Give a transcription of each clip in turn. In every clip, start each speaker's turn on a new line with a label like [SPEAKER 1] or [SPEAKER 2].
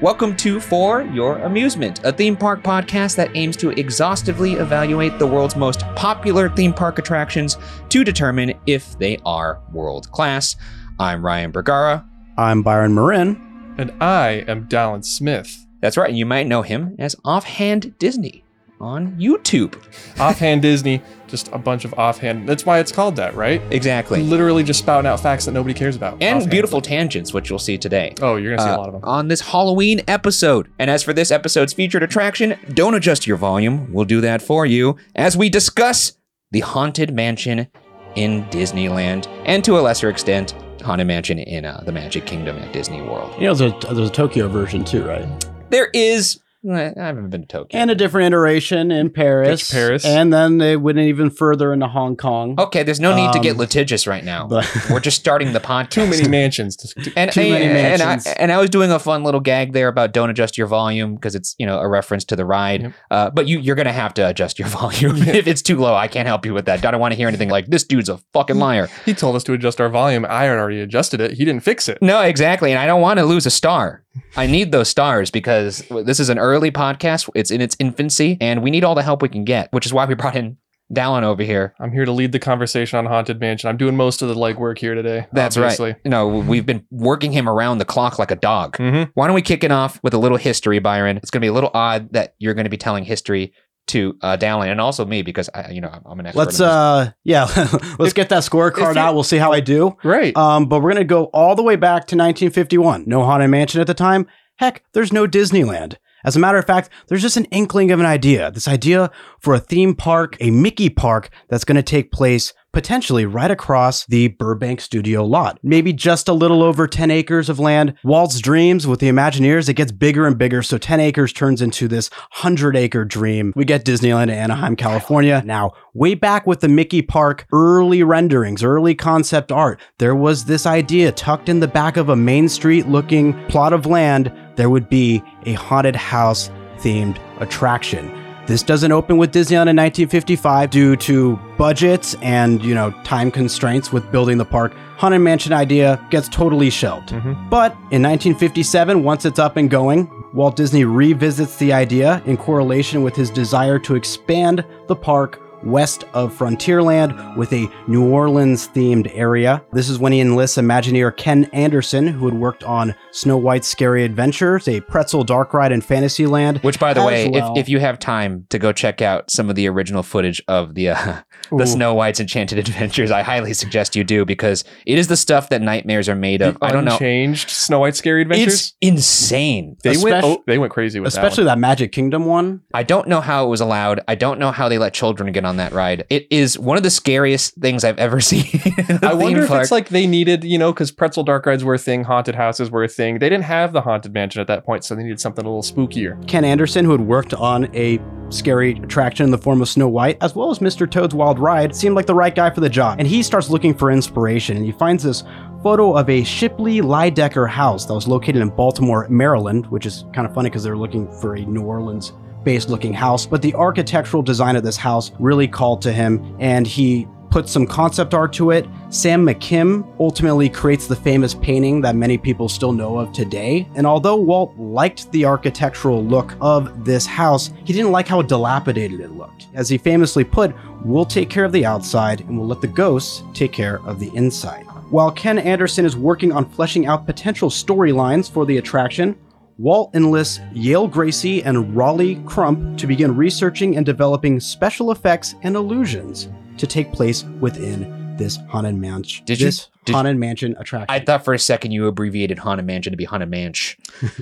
[SPEAKER 1] Welcome to For Your Amusement, a theme park podcast that aims to exhaustively evaluate the world's most popular theme park attractions to determine if they are world class. I'm Ryan Bergara.
[SPEAKER 2] I'm Byron Marin.
[SPEAKER 3] And I am Dallin Smith.
[SPEAKER 1] That's right, you might know him as Offhand Disney on YouTube.
[SPEAKER 3] Offhand Disney, just a bunch of offhand. That's why it's called that, right?
[SPEAKER 1] Exactly.
[SPEAKER 3] Literally just spouting out facts that nobody cares about.
[SPEAKER 1] And
[SPEAKER 3] Offhand.
[SPEAKER 1] beautiful tangents, which you'll see today.
[SPEAKER 3] Oh, you're gonna see
[SPEAKER 1] Uh,
[SPEAKER 3] a lot of them.
[SPEAKER 1] on this Halloween episode. And as for this episode's featured attraction, don't adjust your volume. We'll do that for you as we discuss the Haunted Mansion in Disneyland and to a lesser extent, Haunted Mansion in uh, the Magic Kingdom at Disney World.
[SPEAKER 2] You know, there's a, there's a Tokyo version too, right?
[SPEAKER 1] There is, eh, I haven't been to Tokyo.
[SPEAKER 2] And a different iteration in Paris.
[SPEAKER 3] That's Paris. Oh,
[SPEAKER 2] And then they went even further into Hong Kong.
[SPEAKER 1] okay, there's no need to get
[SPEAKER 2] Um,
[SPEAKER 1] litigious right now.
[SPEAKER 2] but-
[SPEAKER 1] We're just starting the podcast.
[SPEAKER 3] Too many mansions. To, to,
[SPEAKER 1] And,
[SPEAKER 2] Too many
[SPEAKER 1] and, and I,
[SPEAKER 2] mansions.
[SPEAKER 1] and I was doing a fun little gag there about don't adjust your volume because it's you know a reference to the ride.
[SPEAKER 3] Yep.
[SPEAKER 1] Uh, but you you're gonna have to adjust your volume if it's too low. I can't help you with that. I don't want to hear anything like this dude's a fucking liar.
[SPEAKER 3] he told us to adjust our volume. I had already adjusted it. He didn't fix it.
[SPEAKER 1] No, exactly. And I don't want to lose a star. I need those stars because this is an early podcast. It's in its infancy, and we need all the help we can get, which is why we brought in Dallin over here.
[SPEAKER 3] I'm here to lead the conversation on Haunted Mansion. I'm doing most of the legwork here today.
[SPEAKER 1] That's
[SPEAKER 3] obviously.
[SPEAKER 1] right. No, we've been working him around the clock like a dog.
[SPEAKER 3] Mm-hmm.
[SPEAKER 1] Why don't we kick it off with a little history, Byron? It's going to be a little odd that you're going to be telling history to uh, Dallin and also me because I, you know, I'm, I'm an expert.
[SPEAKER 2] Let's
[SPEAKER 1] in this.
[SPEAKER 2] uh yeah, let's get that scorecard
[SPEAKER 3] if you-
[SPEAKER 2] out. We'll see how I do.
[SPEAKER 3] Right.
[SPEAKER 1] Uh,
[SPEAKER 2] Um, but we're gonna go all the way back to 1951. No haunted mansion at the time. Heck, there's no Disneyland. As a matter of fact, there's just an inkling of an idea. This idea for a theme park, a Mickey park that's going to take place potentially right across the Burbank studio lot. Maybe just a little over 10 acres of land. Walt's dreams with the Imagineers, it gets bigger and bigger. So 10 acres turns into this 100 acre dream. We get Disneyland in Anaheim, California. Now, way back with the Mickey Park early renderings, early concept art, there was this idea tucked in the back of a Main Street looking plot of land. There would be a haunted house themed attraction. This doesn't open with Disneyland in 1955 due to budgets and, you know, time constraints with building the park. Haunted Mansion idea gets totally shelved.
[SPEAKER 3] Mhm.
[SPEAKER 2] But in 1957, once it's up and going, Walt Disney revisits the idea in correlation with his desire to expand the park west of Frontierland with a New Orleans themed area. This is when he enlists Imagineer Ken Anderson, who had worked on Snow White's Scary Adventures, a pretzel dark ride in Fantasyland.
[SPEAKER 1] Which, by the
[SPEAKER 2] as
[SPEAKER 1] way,
[SPEAKER 2] well.
[SPEAKER 1] if, if you have time to go check out some of the original footage of the uh, the
[SPEAKER 3] Ooh.
[SPEAKER 1] Snow White's Enchanted Adventures, I highly suggest you do because it is the stuff that nightmares are made of.
[SPEAKER 3] The
[SPEAKER 1] I don't know.
[SPEAKER 3] Unchanged Snow White Scary Adventures.
[SPEAKER 1] It's insane.
[SPEAKER 3] they went.
[SPEAKER 2] Especially-
[SPEAKER 3] Oh, they went crazy with
[SPEAKER 2] Especially that Magic Kingdom one.
[SPEAKER 1] I don't know how it was allowed. I don't know how they let children get on that ride. It is one of the scariest things I've ever seen. in a
[SPEAKER 3] I wonder
[SPEAKER 1] theme
[SPEAKER 3] if
[SPEAKER 1] park.
[SPEAKER 3] it's like they needed, you know, because pretzel dark rides were a thing, haunted houses were a thing. They didn't have the haunted mansion at that point, so they needed something a little spookier.
[SPEAKER 2] Ken Anderson, who had worked on a scary attraction in the form of Snow White, as well as Mr. Toad's Wild Ride, seemed like the right guy for the job. And he starts looking for inspiration, and he finds this photo of a Shipley Lidecker house that was located in Baltimore, Maryland, which is kind of funny because they're looking for a New Orleans based looking house. But the architectural design of this house really called to him, and he put some concept art to it. Sam McKim ultimately creates the famous painting that many people still know of today. And although Walt liked the architectural look of this house, he didn't like how dilapidated it looked. As he famously put, we'll take care of the outside and we'll let the ghosts take care of the inside. While Ken Anderson is working on fleshing out potential storylines for the attraction, Walt enlists Yale Gracie and Raleigh Crump to begin researching and developing special effects and illusions to take place within this haunted mansion.
[SPEAKER 1] Did you-
[SPEAKER 2] this
[SPEAKER 1] did-
[SPEAKER 2] haunted mansion attraction?
[SPEAKER 1] I thought for a second you abbreviated Haunted Mansion to be Haunted Manch.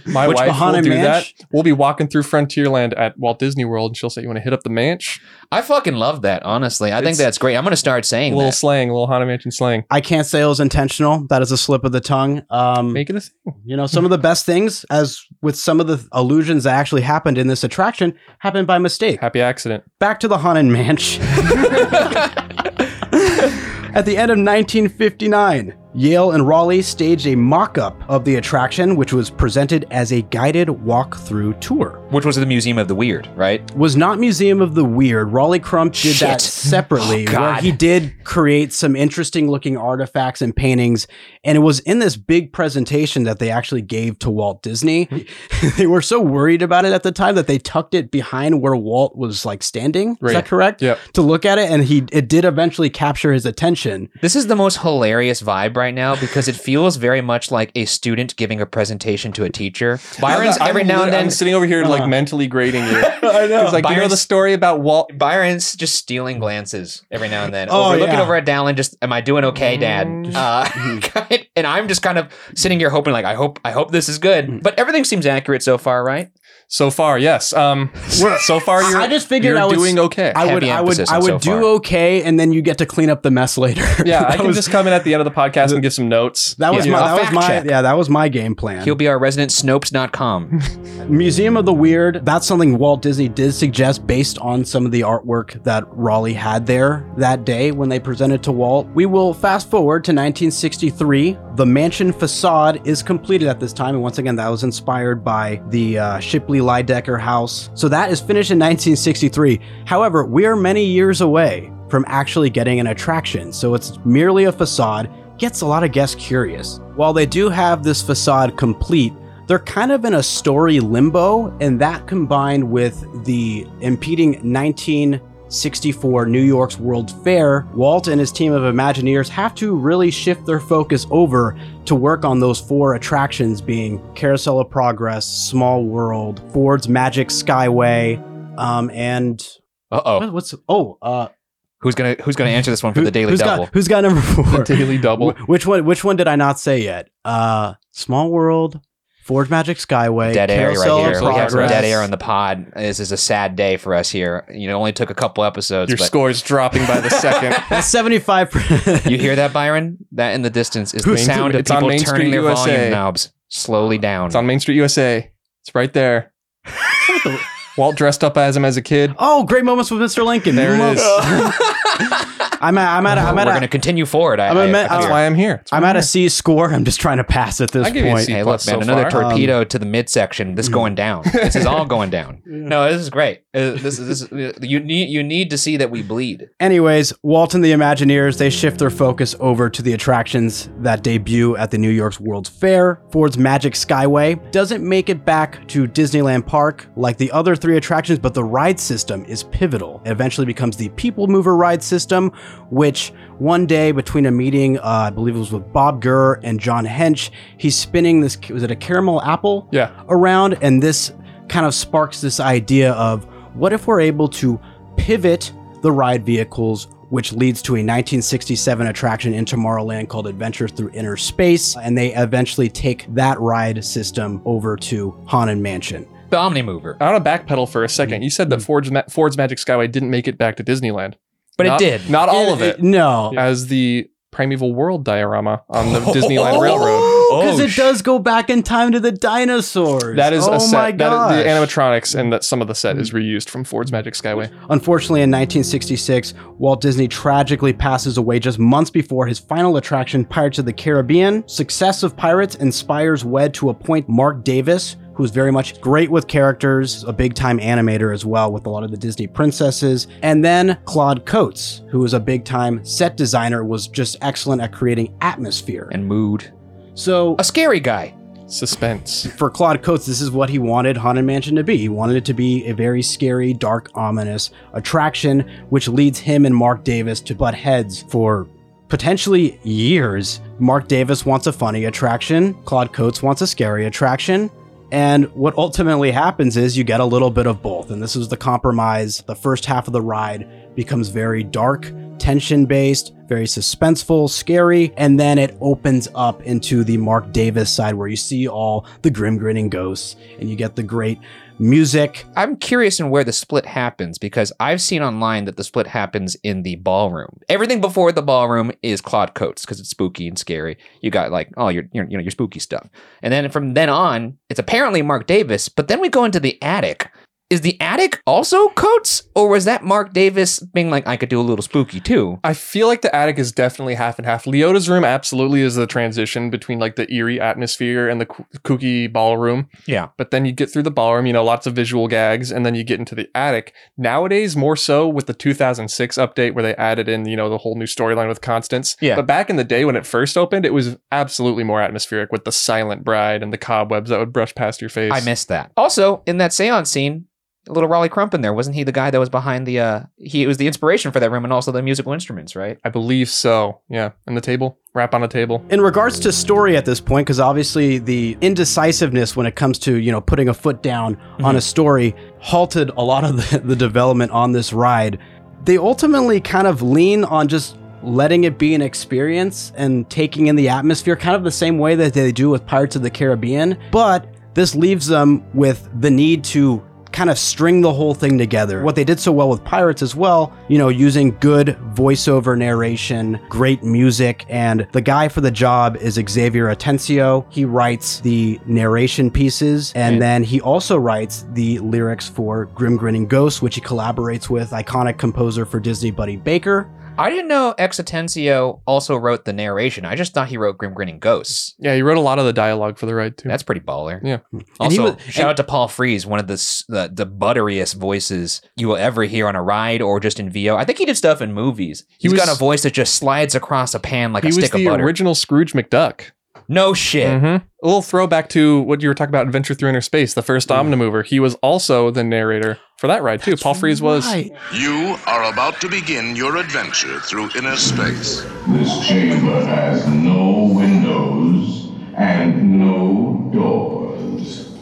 [SPEAKER 3] My
[SPEAKER 2] Which
[SPEAKER 3] wife will
[SPEAKER 2] haunted
[SPEAKER 3] do
[SPEAKER 2] manch-
[SPEAKER 3] that. We'll be walking through Frontierland at Walt Disney World, and she'll say, "You want to hit up the manch?"
[SPEAKER 1] I fucking love that, honestly. I think
[SPEAKER 3] It's-
[SPEAKER 1] that's great. I'm going to start saying
[SPEAKER 3] little
[SPEAKER 1] that.
[SPEAKER 3] slang, little haunted mansion slang.
[SPEAKER 2] I can't say it was intentional. That is a slip of the tongue. Um,
[SPEAKER 3] Make it a thing.
[SPEAKER 2] you know, some of the best things, as with some of the illusions that actually happened in this attraction, happened by mistake.
[SPEAKER 3] Happy accident.
[SPEAKER 2] Back to the haunted mansion. At the end of 1959, Yale and Raleigh staged a mock up of the attraction, which was presented as a guided walk through tour.
[SPEAKER 1] which was the Museum of the Weird, right?
[SPEAKER 2] Was not Museum of the Weird. Raleigh Crump did
[SPEAKER 1] Shit.
[SPEAKER 2] that separately,
[SPEAKER 1] Oh,
[SPEAKER 2] where
[SPEAKER 1] God.
[SPEAKER 2] he did create some interesting looking artifacts and paintings. And it was in this big presentation that they actually gave to Walt Disney.
[SPEAKER 1] Hmm.
[SPEAKER 2] they were so worried about it at the time that they tucked it behind where Walt was like standing. Is
[SPEAKER 3] Right.
[SPEAKER 2] that correct?
[SPEAKER 3] Yep.
[SPEAKER 2] To look at it. And he it did eventually capture his attention.
[SPEAKER 1] This is the most hilarious vibe right now because it feels very much like a student giving a presentation to a teacher. Byron's
[SPEAKER 3] I'm-
[SPEAKER 1] every
[SPEAKER 3] I'm
[SPEAKER 1] now and
[SPEAKER 3] lit-
[SPEAKER 1] then
[SPEAKER 3] I'm sitting over here like
[SPEAKER 2] Uh.
[SPEAKER 3] mentally grading you.
[SPEAKER 2] I
[SPEAKER 3] It's like you know
[SPEAKER 1] Byron's-
[SPEAKER 3] the story about Walt.
[SPEAKER 1] Byron's just stealing glances every now and then.
[SPEAKER 2] Oh,
[SPEAKER 1] over, Looking
[SPEAKER 2] yeah.
[SPEAKER 1] over at Dallin, just am I doing okay, Dad?
[SPEAKER 3] Mm.
[SPEAKER 1] Uh, and I'm just kind of sitting here hoping, like, I hope, I hope this is
[SPEAKER 2] Mm.
[SPEAKER 1] good. But everything seems accurate so far, right?
[SPEAKER 3] So far, yes. Um,
[SPEAKER 2] We're-
[SPEAKER 3] so far you're,
[SPEAKER 2] I just figured
[SPEAKER 3] you're
[SPEAKER 2] I was
[SPEAKER 3] doing okay.
[SPEAKER 2] I would,
[SPEAKER 1] Heavy
[SPEAKER 2] I would,
[SPEAKER 1] emphasis on
[SPEAKER 2] I would
[SPEAKER 1] so
[SPEAKER 2] do
[SPEAKER 1] far.
[SPEAKER 2] okay, and then you get to clean up the mess later.
[SPEAKER 3] yeah,
[SPEAKER 2] that
[SPEAKER 3] I can
[SPEAKER 2] was,
[SPEAKER 3] just come in at the end of the podcast and give some notes.
[SPEAKER 2] that was
[SPEAKER 1] yeah.
[SPEAKER 2] my,
[SPEAKER 1] A
[SPEAKER 2] that was
[SPEAKER 1] fact
[SPEAKER 2] my,
[SPEAKER 1] check.
[SPEAKER 2] yeah, that was my game plan.
[SPEAKER 1] He'll be our resident Snopes.com.
[SPEAKER 2] Museum of the Weird. That's something Walt Disney did suggest based on some of the artwork that Raleigh had there that day when they presented to Walt. We will fast forward to 1963. The mansion facade is completed at this time, and once again, that was inspired by the uh, Shipley Lydecker house. So that is finished in 1963. However, we are many years away from actually getting an attraction, so it's merely a facade. Gets a lot of guests curious. While they do have this facade complete, they're kind of in a story limbo, and that combined with the impeding 1964 New York's World Fair, Walt and his team of Imagineers have to really shift their focus over to work on those four attractions being Carousel of Progress, Small World, Ford's Magic Skyway, um, and
[SPEAKER 1] Uh oh.
[SPEAKER 2] what- what's oh uh,
[SPEAKER 1] Who's gonna Who's gonna answer this one for
[SPEAKER 2] who-
[SPEAKER 1] the Daily
[SPEAKER 2] who's
[SPEAKER 1] Double?
[SPEAKER 2] got who's got number four?
[SPEAKER 3] Daily double.
[SPEAKER 2] Wh- Which one? Which one did I not say yet? Uh, Small World, Forge Magic Skyway,
[SPEAKER 1] dead air
[SPEAKER 2] Carousel
[SPEAKER 1] right here.
[SPEAKER 2] of
[SPEAKER 1] We have some
[SPEAKER 2] Progress.
[SPEAKER 1] dead air on the pod. This is a sad day for us here. You know, it only took a couple episodes.
[SPEAKER 3] Your
[SPEAKER 1] but
[SPEAKER 3] score's dropping by the second.
[SPEAKER 2] That's seventy-five percent.
[SPEAKER 1] you hear that, Byron? That in the distance is the
[SPEAKER 3] Who's-
[SPEAKER 1] sound of
[SPEAKER 3] It's on
[SPEAKER 1] people
[SPEAKER 3] Main Street
[SPEAKER 1] turning their
[SPEAKER 3] USA.
[SPEAKER 1] volume knobs slowly down.
[SPEAKER 3] It's on Main Street USA. It's right there. Walt dressed up as him as a kid.
[SPEAKER 2] Oh, great moments with Mr. Lincoln.
[SPEAKER 3] There it
[SPEAKER 2] Love-
[SPEAKER 3] is.
[SPEAKER 2] I'm at. I'm at. A,
[SPEAKER 1] Oh,
[SPEAKER 2] I'm
[SPEAKER 1] we're
[SPEAKER 2] at.
[SPEAKER 1] going
[SPEAKER 2] A,
[SPEAKER 1] to continue forward. I,
[SPEAKER 2] I'm a
[SPEAKER 1] I-
[SPEAKER 2] man-
[SPEAKER 1] I
[SPEAKER 2] I'm
[SPEAKER 3] That's
[SPEAKER 1] fear.
[SPEAKER 3] why I'm here. That's
[SPEAKER 2] I'm
[SPEAKER 3] why
[SPEAKER 2] at a C score. I'm just trying to pass at this
[SPEAKER 3] I give you a
[SPEAKER 2] point.
[SPEAKER 3] C.
[SPEAKER 1] Hey, look,
[SPEAKER 3] plus
[SPEAKER 1] man,
[SPEAKER 3] so
[SPEAKER 1] another
[SPEAKER 3] far.
[SPEAKER 1] torpedo to the midsection. This going down. This is all going down. No, this is great. Uh, this is this. Is, you need you need to see that we bleed.
[SPEAKER 2] Anyways, Walt and the Imagineers they shift their focus over to the attractions that debut at the New York's World's Fair. Ford's Magic Skyway doesn't make it back to Disneyland Park like the other three attractions, but the ride system is pivotal. It eventually becomes the People Mover ride system, which one day between a meeting, uh, I believe it was with Bob Gurr and John Hench, he's spinning this. Was it a caramel apple?
[SPEAKER 3] Yeah.
[SPEAKER 2] around and this kind of sparks this idea of what if we're able to pivot the ride vehicles which leads to a 1967 attraction in Tomorrowland called Adventure Through Inner Space and they eventually take that ride system over to Haunted Mansion.
[SPEAKER 1] The Omnimover,
[SPEAKER 3] I want to backpedal for a second. You said that Ford's, Ma- Ford's Magic Skyway didn't make it back to Disneyland,
[SPEAKER 1] but
[SPEAKER 3] Not-
[SPEAKER 1] it did.
[SPEAKER 3] Not all of it.
[SPEAKER 2] No.
[SPEAKER 3] As the Primeval World diorama on the Disneyland Railroad.
[SPEAKER 2] Because
[SPEAKER 1] Oh,
[SPEAKER 2] it does go back in time to the dinosaurs.
[SPEAKER 3] That is
[SPEAKER 2] oh
[SPEAKER 3] a
[SPEAKER 2] My
[SPEAKER 3] set.
[SPEAKER 2] gosh.
[SPEAKER 3] That is the animatronics and that some of the set is reused from Ford's Magic Skyway.
[SPEAKER 2] Unfortunately, in 1966, Walt Disney tragically passes away just months before his final attraction, Pirates of the Caribbean. Success of Pirates inspires Wed to appoint Mark Davis, who's very much great with characters, a big time animator as well with a lot of the Disney princesses. And then Claude Coates, who is a big time set designer, was just excellent at creating atmosphere.
[SPEAKER 1] and mood.
[SPEAKER 2] So
[SPEAKER 1] A scary guy.
[SPEAKER 3] Suspense.
[SPEAKER 2] for Claude Coates, this is what he wanted Haunted Mansion to be. He wanted it to be a very scary, dark, ominous attraction, which leads him and Mark Davis to butt heads for potentially years. Mark Davis wants a funny attraction, Claude Coates wants a scary attraction. And what ultimately happens is you get a little bit of both. And this is the compromise. The first half of the ride becomes very dark, tension based, very suspenseful, scary, and then it opens up into the Mark Davis side where you see all the grim grinning ghosts and you get the great music.
[SPEAKER 1] I'm curious in where the split happens because I've seen online that the split happens in the ballroom. Everything before the ballroom is Claude Coates because it's spooky and scary. You got like all your, your you know your spooky stuff, and then from then on, it's apparently Mark Davis. But then we go into the attic, is the attic also Coates, or was that Mark Davis being like, I could do a little spooky too?
[SPEAKER 3] I feel like the attic is definitely half and half. Leota's room absolutely is the transition between like the eerie atmosphere and the k- kooky ballroom.
[SPEAKER 1] Yeah.
[SPEAKER 3] But then you get through the ballroom, you know, lots of visual gags, and then you get into the attic. Nowadays, more so with the 2006 update where they added in, you know, the whole new storyline with Constance.
[SPEAKER 1] Yeah.
[SPEAKER 3] But back in the day when it first opened, it was absolutely more atmospheric with the silent bride and the cobwebs that would brush past your face.
[SPEAKER 1] I missed that. Also, in that seance scene, little Raleigh Crump in there, wasn't he the guy that was behind the, uh, he was the inspiration for that room and also the musical instruments, right?
[SPEAKER 3] I believe so. Yeah. And the table, wrap on a table.
[SPEAKER 2] In regards to story at this point, because obviously the indecisiveness when it comes to you know putting a foot down on a story halted a lot of the, the development on this ride. They ultimately kind of lean on just letting it be an experience and taking in the atmosphere, kind of the same way that they do with Pirates of the Caribbean. But this leaves them with the need to kind of string the whole thing together. What they did so well with Pirates as well, you know, using good voiceover narration, great music, and the guy for the job is Xavier Atencio. He writes the narration pieces, and
[SPEAKER 3] Yeah.
[SPEAKER 2] then he also writes the lyrics for Grim Grinning Ghosts, which he collaborates with iconic composer for Disney Buddy Baker.
[SPEAKER 1] I didn't know Exitencio also wrote the narration. I just thought he wrote Grim Grinning Ghosts.
[SPEAKER 3] Yeah. You wrote a lot of the dialogue for the ride, too.
[SPEAKER 1] That's pretty baller.
[SPEAKER 3] Yeah.
[SPEAKER 2] And he
[SPEAKER 1] Also,
[SPEAKER 2] was-
[SPEAKER 1] shout out to Paul Frees, one of the, s- the the butteriest voices you will ever hear on a ride or just in VO. I think he did stuff in movies.
[SPEAKER 3] He
[SPEAKER 1] He's
[SPEAKER 3] was-
[SPEAKER 1] got a voice that just slides across a pan like
[SPEAKER 3] he
[SPEAKER 1] a
[SPEAKER 3] was
[SPEAKER 1] stick of
[SPEAKER 3] the
[SPEAKER 1] butter.
[SPEAKER 3] original Scrooge McDuck.
[SPEAKER 1] no shit.
[SPEAKER 3] Mhm. A little throwback to what you were talking about, Adventure Through Inner Space, the first Omnimover. He was also the narrator for that ride too. Paul Frees was.
[SPEAKER 2] Right.
[SPEAKER 4] You are about to begin your adventure through inner space.
[SPEAKER 5] This chamber has no windows and no doors.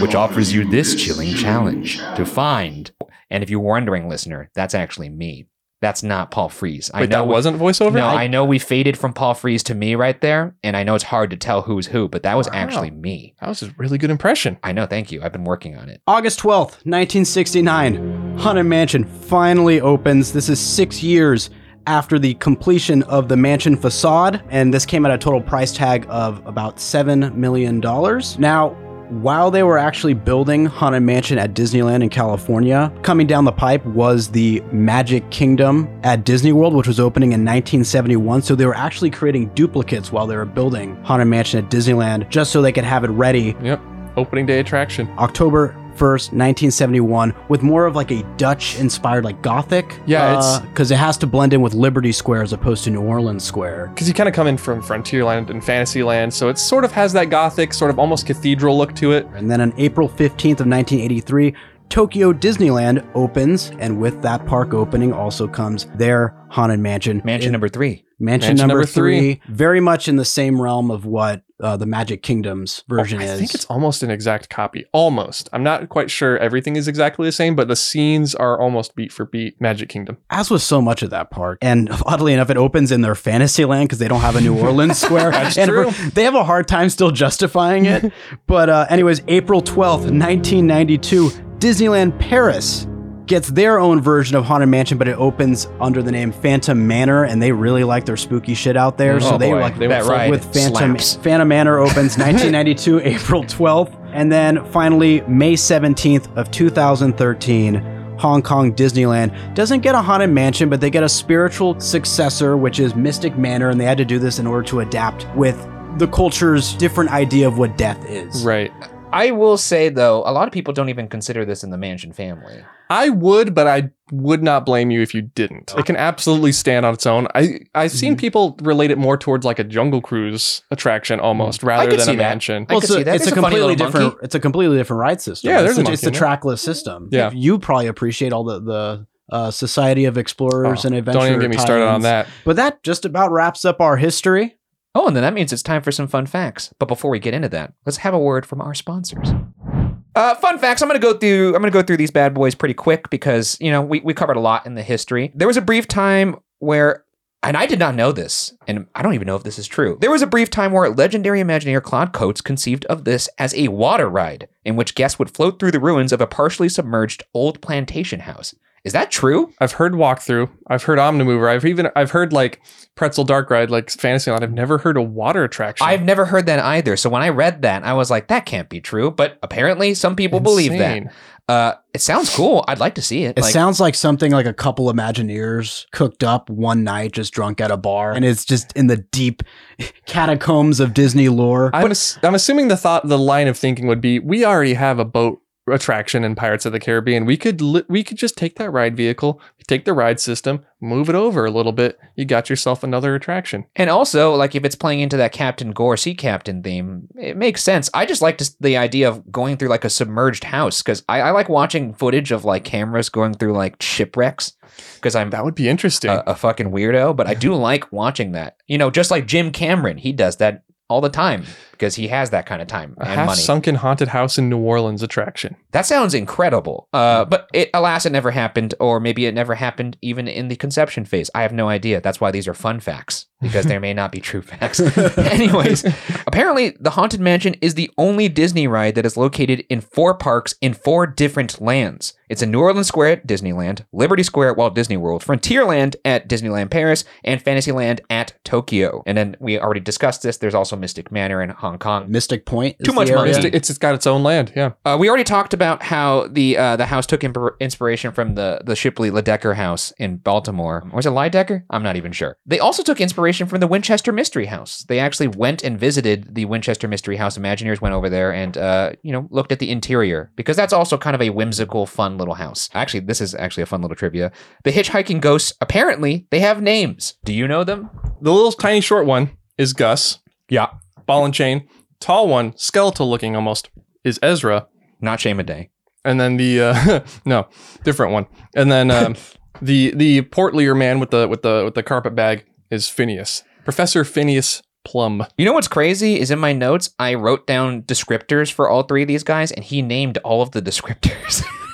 [SPEAKER 1] Which offers you this chilling challenge to find. And if you're wondering, listener, that's actually me. That's not Paul Frees. I
[SPEAKER 3] Wait, that wasn't voiceover.
[SPEAKER 1] No, I, know we faded from Paul Frees to me right there, and I know it's hard to tell who's who, but that was
[SPEAKER 3] Wow.
[SPEAKER 1] actually me.
[SPEAKER 3] that was a really good impression.
[SPEAKER 1] I know. Thank you. I've been working on it.
[SPEAKER 2] August 12th, 1969, Haunted Mansion finally opens. This is six years after the completion of the mansion facade, and this came at a total price tag of about $7 million. Now, while they were actually building Haunted Mansion at Disneyland in California, coming down the pipe was the Magic Kingdom at Disney World, which was opening in 1971. So they were actually creating duplicates while they were building Haunted Mansion at Disneyland just so they could have it ready
[SPEAKER 3] Yep. Opening day attraction.
[SPEAKER 2] October 1st, 1971, with more of like a Dutch inspired, like Gothic.
[SPEAKER 3] Yeah, it's-
[SPEAKER 2] Because it has to blend in with Liberty Square as opposed to New Orleans Square.
[SPEAKER 3] Because you kind of come in from Frontierland and Fantasyland, so it sort of has that gothic, sort of almost cathedral look to it.
[SPEAKER 2] And then on April 15th of 1983, Tokyo Disneyland opens, and with that park opening also comes their Haunted Mansion.
[SPEAKER 1] Mansion number three.
[SPEAKER 2] Mansion,
[SPEAKER 3] Mansion
[SPEAKER 2] number,
[SPEAKER 3] number
[SPEAKER 2] three, very much in the same realm of what uh, the Magic Kingdom's version
[SPEAKER 3] Oh, I
[SPEAKER 2] is.
[SPEAKER 3] think it's almost an exact copy. Almost. I'm not quite sure everything is exactly the same, but the scenes are almost beat for beat Magic Kingdom.
[SPEAKER 2] as with so much of that park. And oddly enough, it opens in their fantasy land because they don't have a New Orleans square.
[SPEAKER 3] That's
[SPEAKER 2] and
[SPEAKER 3] true.
[SPEAKER 2] They have a hard time still justifying it. but, uh, anyways, April 12th, 1992, Disneyland Paris gets their own version of Haunted Mansion, but it opens under the name Phantom Manor, and they really like their spooky shit out there. so
[SPEAKER 1] Oh,
[SPEAKER 2] they
[SPEAKER 1] boy.
[SPEAKER 2] like
[SPEAKER 3] They
[SPEAKER 1] that
[SPEAKER 3] were
[SPEAKER 1] ride
[SPEAKER 2] with Phantom
[SPEAKER 1] slaps.
[SPEAKER 2] Phantom Manor opens 1992 April 12th and then finally May 17th of 2013 Hong Kong Disneyland doesn't get a haunted mansion but they get a spiritual successor which is Mystic Manor and they had to do this in order to adapt with the culture's different idea of what death is.
[SPEAKER 3] Right.
[SPEAKER 1] I will say though, a lot of people don't even consider this in the mansion family.
[SPEAKER 3] I would, but I would not blame you if you didn't. It can absolutely stand on its own. I I've seen people relate it more towards like a Jungle Cruise attraction almost rather
[SPEAKER 1] could
[SPEAKER 3] than
[SPEAKER 1] see
[SPEAKER 3] a
[SPEAKER 1] that.
[SPEAKER 3] mansion.
[SPEAKER 1] I could see that.
[SPEAKER 2] It's
[SPEAKER 1] There's
[SPEAKER 2] a
[SPEAKER 1] a funny
[SPEAKER 2] completely
[SPEAKER 1] little
[SPEAKER 2] different.
[SPEAKER 1] monkey.
[SPEAKER 2] It's a completely different ride system.
[SPEAKER 3] Yeah,
[SPEAKER 2] it's,
[SPEAKER 3] there's a
[SPEAKER 2] the- it's the
[SPEAKER 3] monkey in there.
[SPEAKER 2] trackless system.
[SPEAKER 3] Yeah.
[SPEAKER 2] you probably appreciate all the the uh, Society of Explorers
[SPEAKER 3] Oh,
[SPEAKER 2] and Adventure.
[SPEAKER 3] Don't even get me started
[SPEAKER 2] tie-ins.
[SPEAKER 3] on that.
[SPEAKER 2] But that just about wraps up our history.
[SPEAKER 1] Oh, and then that means it's time for some fun facts. But before we get into that, let's have a word from our sponsors. Uh, fun facts. I'm gonna go through. I'm gonna go through these bad boys pretty quick because you know we we covered a lot in the history. There was a brief time where, and I did not know this, and I don't even know if this is true. There was a brief time where legendary Imagineer Claude Coates conceived of this as a water ride in which guests would float through the ruins of a partially submerged old plantation house. Is that true?
[SPEAKER 3] I've heard walkthrough. I've heard Omnimover. I've even I've heard like Pretzel Dark Ride, like Fantasyland. I've never heard a water attraction.
[SPEAKER 1] I've never heard that either. So when I read that, I was like, that can't be true. But apparently, some people believe that.
[SPEAKER 3] Insane.
[SPEAKER 1] Uh, it sounds cool. I'd like to see it.
[SPEAKER 2] It
[SPEAKER 1] like,
[SPEAKER 2] sounds like something like a couple Imagineers cooked up one night, just drunk at a bar, and it's just in the deep catacombs of Disney lore.
[SPEAKER 3] I'm, ass- I'm assuming the thought, the line of thinking would be, we already have a boat attraction in Pirates of the Caribbean. We could li- we could just take that ride vehicle, take the ride system, move it over a little bit. You got yourself another attraction.
[SPEAKER 1] and also like if it's playing into that Captain Gore Sea Captain theme, it makes sense. I just like to, the idea of going through like a submerged house because I, I like watching footage of like cameras going through like shipwrecks because I'm
[SPEAKER 3] That would be interesting.
[SPEAKER 1] a, a fucking weirdo, but I do like watching that. You know, just like Jim Cameron, he does that all the time because he has that kind of time
[SPEAKER 3] a
[SPEAKER 1] and
[SPEAKER 3] half
[SPEAKER 1] money.
[SPEAKER 3] sunken haunted house in New Orleans attraction.
[SPEAKER 1] that sounds incredible. Uh, but it, alas, it never happened, or maybe it never happened even in the conception phase. I have no idea. That's why these are fun facts because there may not be true facts. Anyways, apparently, the Haunted Mansion is the only Disney ride that is located in four parks in four different lands. It's in New Orleans Square at Disneyland, Liberty Square at Walt Disney World, Frontierland at Disneyland Paris, and Fantasyland at Tokyo. And then we already discussed this. There's also Mystic Manor in Hong Kong.
[SPEAKER 2] Mystic Point. is
[SPEAKER 1] Too
[SPEAKER 2] the
[SPEAKER 1] much
[SPEAKER 2] area.
[SPEAKER 1] money.
[SPEAKER 3] It's, it's got its own land. Yeah.
[SPEAKER 1] Uh, we already talked about how the uh, the house took imp- inspiration from the the Shipley Ledecker house in Baltimore. Was it Ledecker? I'm not even sure. They also took inspiration from the Winchester Mystery House. They actually went and visited the Winchester Mystery House. Imagineers went over there and uh, you know looked at the interior because that's also kind of a whimsical, fun little house. Actually, this is actually a fun little trivia. The hitchhiking ghosts apparently they have names. Do you know them?
[SPEAKER 3] The little tiny short one is Gus.
[SPEAKER 1] Yeah.
[SPEAKER 3] Ball and chain. Tall one, skeletal looking almost, is Ezra.
[SPEAKER 1] Not Shame a Day.
[SPEAKER 3] and then the uh, no different one and then um, the the portlier man with the with the with the carpet bag is phineas professor phineas plum
[SPEAKER 1] You know what's crazy is in my notes I wrote down descriptors for all three of these guys, and he named all of the descriptors.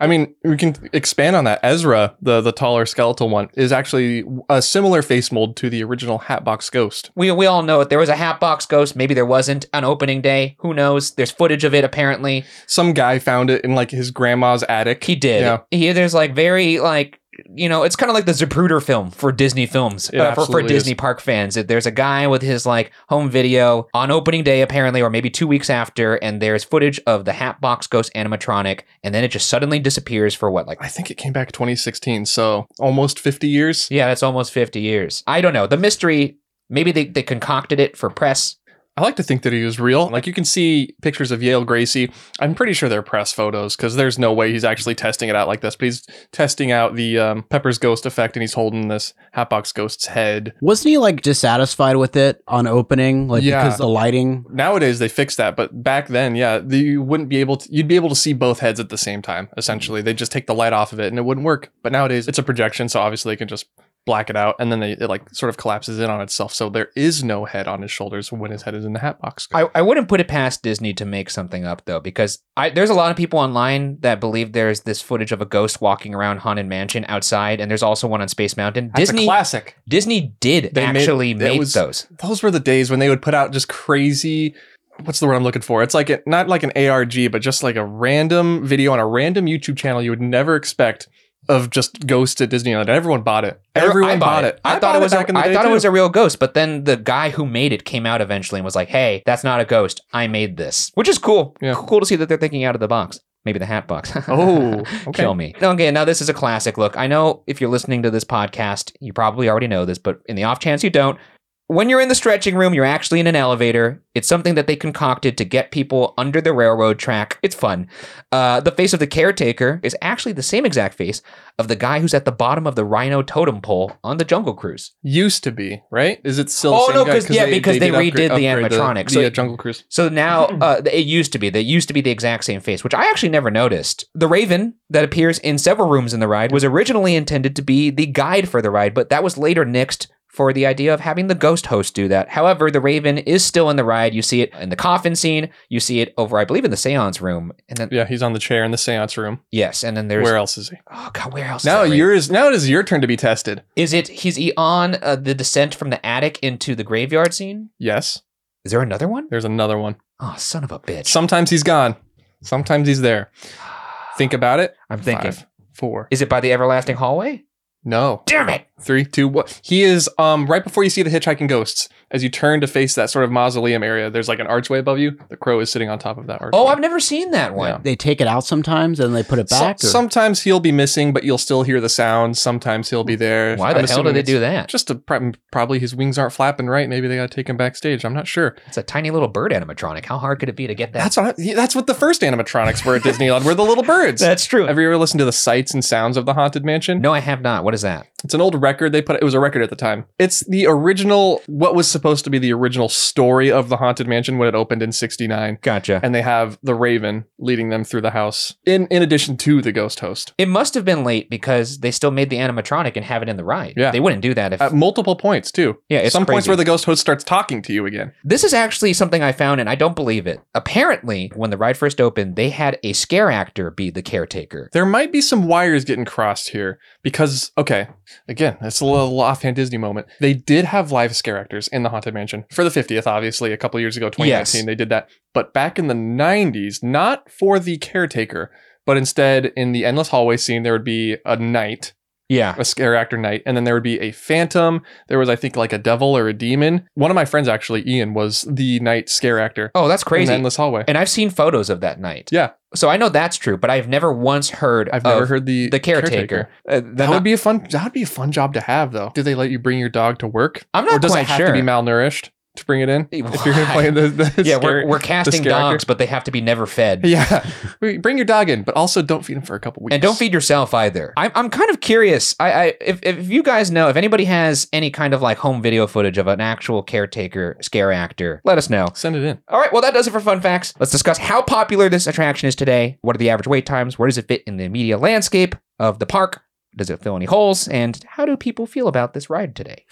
[SPEAKER 3] i mean we can expand on that ezra the the taller skeletal one is actually a similar face mold to the original hatbox ghost
[SPEAKER 1] we we all know it. There was a Hatbox Ghost. Maybe there wasn't on opening day. Who knows? There's footage of it. Apparently,
[SPEAKER 3] some guy found it in like his grandma's attic
[SPEAKER 1] he did.
[SPEAKER 3] yeah
[SPEAKER 1] He there's like very like you know it's kind of like the Zapruder film for Disney films
[SPEAKER 3] It
[SPEAKER 1] uh, for, for
[SPEAKER 3] absolutely
[SPEAKER 1] Disney park fans. That There's a guy with his like home video on opening day apparently, or maybe two weeks after, and there's footage of the Hatbox Ghost animatronic, and then it just suddenly disappears for what like
[SPEAKER 3] i think it came back 2016 so almost 50 years
[SPEAKER 1] Yeah, that's almost 50 years. I don't know. The mystery, maybe they, they concocted it for press.
[SPEAKER 3] I like to think that he was real. Like you can see pictures of Yale Gracie. I'm pretty sure they're press photos because there's no way he's actually testing it out like this. But he's testing out the um, Pepper's ghost effect, and he's holding this Hatbox ghost's head.
[SPEAKER 2] Wasn't he like dissatisfied with it on opening, like
[SPEAKER 3] Yeah.
[SPEAKER 2] because the lighting?
[SPEAKER 3] Nowadays they fixed that, but back then, yeah, the, you wouldn't be able to. You'd be able to see both heads at the same time. Essentially, they just take the light off of it, and it wouldn't work. But nowadays it's a projection, so obviously they can just black it out, and then they, it like sort of collapses in on itself. So there is no head on his shoulders when his head is in the Hatbox.
[SPEAKER 1] I, I wouldn't put it past Disney to make something up, though, because I, there's a lot of people online that believe there's this footage of a ghost walking around Haunted Mansion outside, and there's also one on Space Mountain.
[SPEAKER 3] That's
[SPEAKER 1] Disney
[SPEAKER 3] a classic.
[SPEAKER 1] Disney did
[SPEAKER 3] They made-
[SPEAKER 1] actually
[SPEAKER 3] that
[SPEAKER 1] make
[SPEAKER 3] was-
[SPEAKER 1] those.
[SPEAKER 3] those were the days when they would put out just crazy what's the word i'm looking for it's like a, not like an arg but just like a random video on a random youtube channel you would never expect of just ghosts at disneyland and everyone bought it everyone
[SPEAKER 1] I
[SPEAKER 3] bought it,
[SPEAKER 1] I, thought it was. A,
[SPEAKER 3] back in the
[SPEAKER 1] I
[SPEAKER 3] day
[SPEAKER 1] thought it
[SPEAKER 3] too.
[SPEAKER 1] was a real ghost, but then the guy who made it came out eventually and was like, "Hey, that's not a ghost. I made this," which is cool.
[SPEAKER 3] Yeah.
[SPEAKER 1] Cool to see that they're thinking out of the box. Maybe the hat box.
[SPEAKER 3] Oh, okay.
[SPEAKER 1] kill me. Okay, now this is a classic. Look, I know if you're listening to this podcast, you probably already know this, but in the off chance you don't, when you're in the stretching room, you're actually in an elevator. It's something that they concocted to get people under the railroad track. It's fun. Uh, the face of the caretaker is actually the same exact face of the guy who's at the bottom of the rhino totem pole on the Jungle Cruise.
[SPEAKER 3] used to be right is it still
[SPEAKER 1] Oh,
[SPEAKER 3] the same
[SPEAKER 1] no,
[SPEAKER 3] guy?
[SPEAKER 1] 'cause- yeah, because they
[SPEAKER 3] did
[SPEAKER 1] redid the
[SPEAKER 3] upgrade
[SPEAKER 1] animatronic,
[SPEAKER 3] the,
[SPEAKER 1] so-
[SPEAKER 3] the, uh, jungle cruise
[SPEAKER 1] So now uh, it used to be. They used to be the exact same face, which I actually never noticed. The Raven that appears in several rooms in the ride was originally intended to be the guide for the ride, but that was later nixed for the idea of having the ghost host do that. However, the Raven is still in the ride. You see it in the coffin scene. You see it over, I believe, in the seance room. And then
[SPEAKER 3] yeah he's on the chair in the seance room
[SPEAKER 1] yes, and then there's
[SPEAKER 3] where else is he
[SPEAKER 1] oh god, where else? is
[SPEAKER 3] now
[SPEAKER 1] that Raven?
[SPEAKER 3] yours now it is your turn to be tested
[SPEAKER 1] is it he's e- on uh, the descent from the attic into the graveyard scene?
[SPEAKER 3] yes
[SPEAKER 1] Is there another one?
[SPEAKER 3] there's another one
[SPEAKER 1] Oh, son of a bitch!
[SPEAKER 3] sometimes he's gone sometimes he's there think about it
[SPEAKER 1] I'm thinking.
[SPEAKER 3] Five, Four.
[SPEAKER 1] Is it by the everlasting hallway?
[SPEAKER 3] No.
[SPEAKER 1] Damn it!
[SPEAKER 3] Three, two, one. He is um right before you see the hitchhiking ghosts. As you turn to face that sort of mausoleum area, there's like an archway above you. The crow is sitting on top of that archway.
[SPEAKER 1] Oh, I've never seen that one.
[SPEAKER 2] They take it out sometimes and they put it
[SPEAKER 3] So-
[SPEAKER 2] back. or-
[SPEAKER 3] sometimes he'll be missing, but you'll still hear the sound. Sometimes he'll be there.
[SPEAKER 1] Why
[SPEAKER 3] I'm
[SPEAKER 1] the hell do
[SPEAKER 3] assuming
[SPEAKER 1] they
[SPEAKER 3] it's-
[SPEAKER 1] do that?
[SPEAKER 3] Just to prob- probably his wings aren't flapping right. Maybe they got to take him backstage. I'm not sure.
[SPEAKER 1] It's a tiny little bird animatronic. How hard could it be to get that?
[SPEAKER 3] That's what I- that's what the first animatronics were at Disneyland. were the little birds.
[SPEAKER 1] That's true.
[SPEAKER 3] Have you ever listened to the sights and sounds of the haunted mansion?
[SPEAKER 1] no, I have not. What is that?
[SPEAKER 3] It's an old record they put. It was a record at the time. It's the original, what was supposed to be the original story of the haunted mansion when it opened in '69.
[SPEAKER 1] Gotcha.
[SPEAKER 3] And they have the Raven leading them through the house, in in addition to the ghost host.
[SPEAKER 1] It must have been late because they still made the animatronic and have it in the ride.
[SPEAKER 3] Yeah.
[SPEAKER 1] They wouldn't do that if.
[SPEAKER 3] At multiple points too.
[SPEAKER 1] yeah, it's
[SPEAKER 3] Some points
[SPEAKER 1] crazy.
[SPEAKER 3] where the ghost host starts talking to you again.
[SPEAKER 1] This is actually something I found and I don't believe it. Apparently, when the ride first opened, they had a scare actor be the caretaker.
[SPEAKER 3] There might be some wires getting crossed here because, okay, again, that's a little offhand Disney moment. They did have live scare actors in the Haunted Mansion for the 50th, obviously, a couple years ago, 2019,
[SPEAKER 1] Yes.
[SPEAKER 3] they did that. But back in the 90s, not for the caretaker, but instead in the endless hallway scene, there would be a knight,
[SPEAKER 1] Yeah.
[SPEAKER 3] a scare actor knight, and then there would be a phantom. There was, I think, like a devil or a demon. One of my friends, actually, Ian, was the knight scare actor
[SPEAKER 1] Oh, that's
[SPEAKER 3] in the
[SPEAKER 1] crazy.
[SPEAKER 3] endless hallway.
[SPEAKER 1] And I've seen photos of that night.
[SPEAKER 3] Yeah.
[SPEAKER 1] So I know that's true, but I've never once heard
[SPEAKER 3] I've never
[SPEAKER 1] of
[SPEAKER 3] heard the
[SPEAKER 1] the caretaker. Uh,
[SPEAKER 3] That
[SPEAKER 1] then
[SPEAKER 3] would be a fun. That would be a fun job to have, though. Do they let you bring your dog to work?
[SPEAKER 1] I'm not
[SPEAKER 3] or does
[SPEAKER 1] quite
[SPEAKER 3] it have
[SPEAKER 1] sure.
[SPEAKER 3] to be malnourished to bring it in? If you're
[SPEAKER 1] Why?
[SPEAKER 3] gonna play the, the
[SPEAKER 1] yeah,
[SPEAKER 3] scare-
[SPEAKER 1] we're, we're casting
[SPEAKER 3] scare actor.
[SPEAKER 1] dogs, but they have to be never fed.
[SPEAKER 3] yeah. We- Bring your dog in, but also don't feed him for a couple weeks.
[SPEAKER 1] And don't feed yourself either. I'm, I'm kind of curious. I, I if, if you guys know, if anybody has any kind of like home video footage of an actual caretaker scare actor, let us know.
[SPEAKER 3] Send it in.
[SPEAKER 1] All right, well, that does it for fun facts. Let's discuss how popular this attraction is today. What are the average wait times? Where does it fit in the media landscape of the park? Does it fill any holes? And how do people feel about this ride today?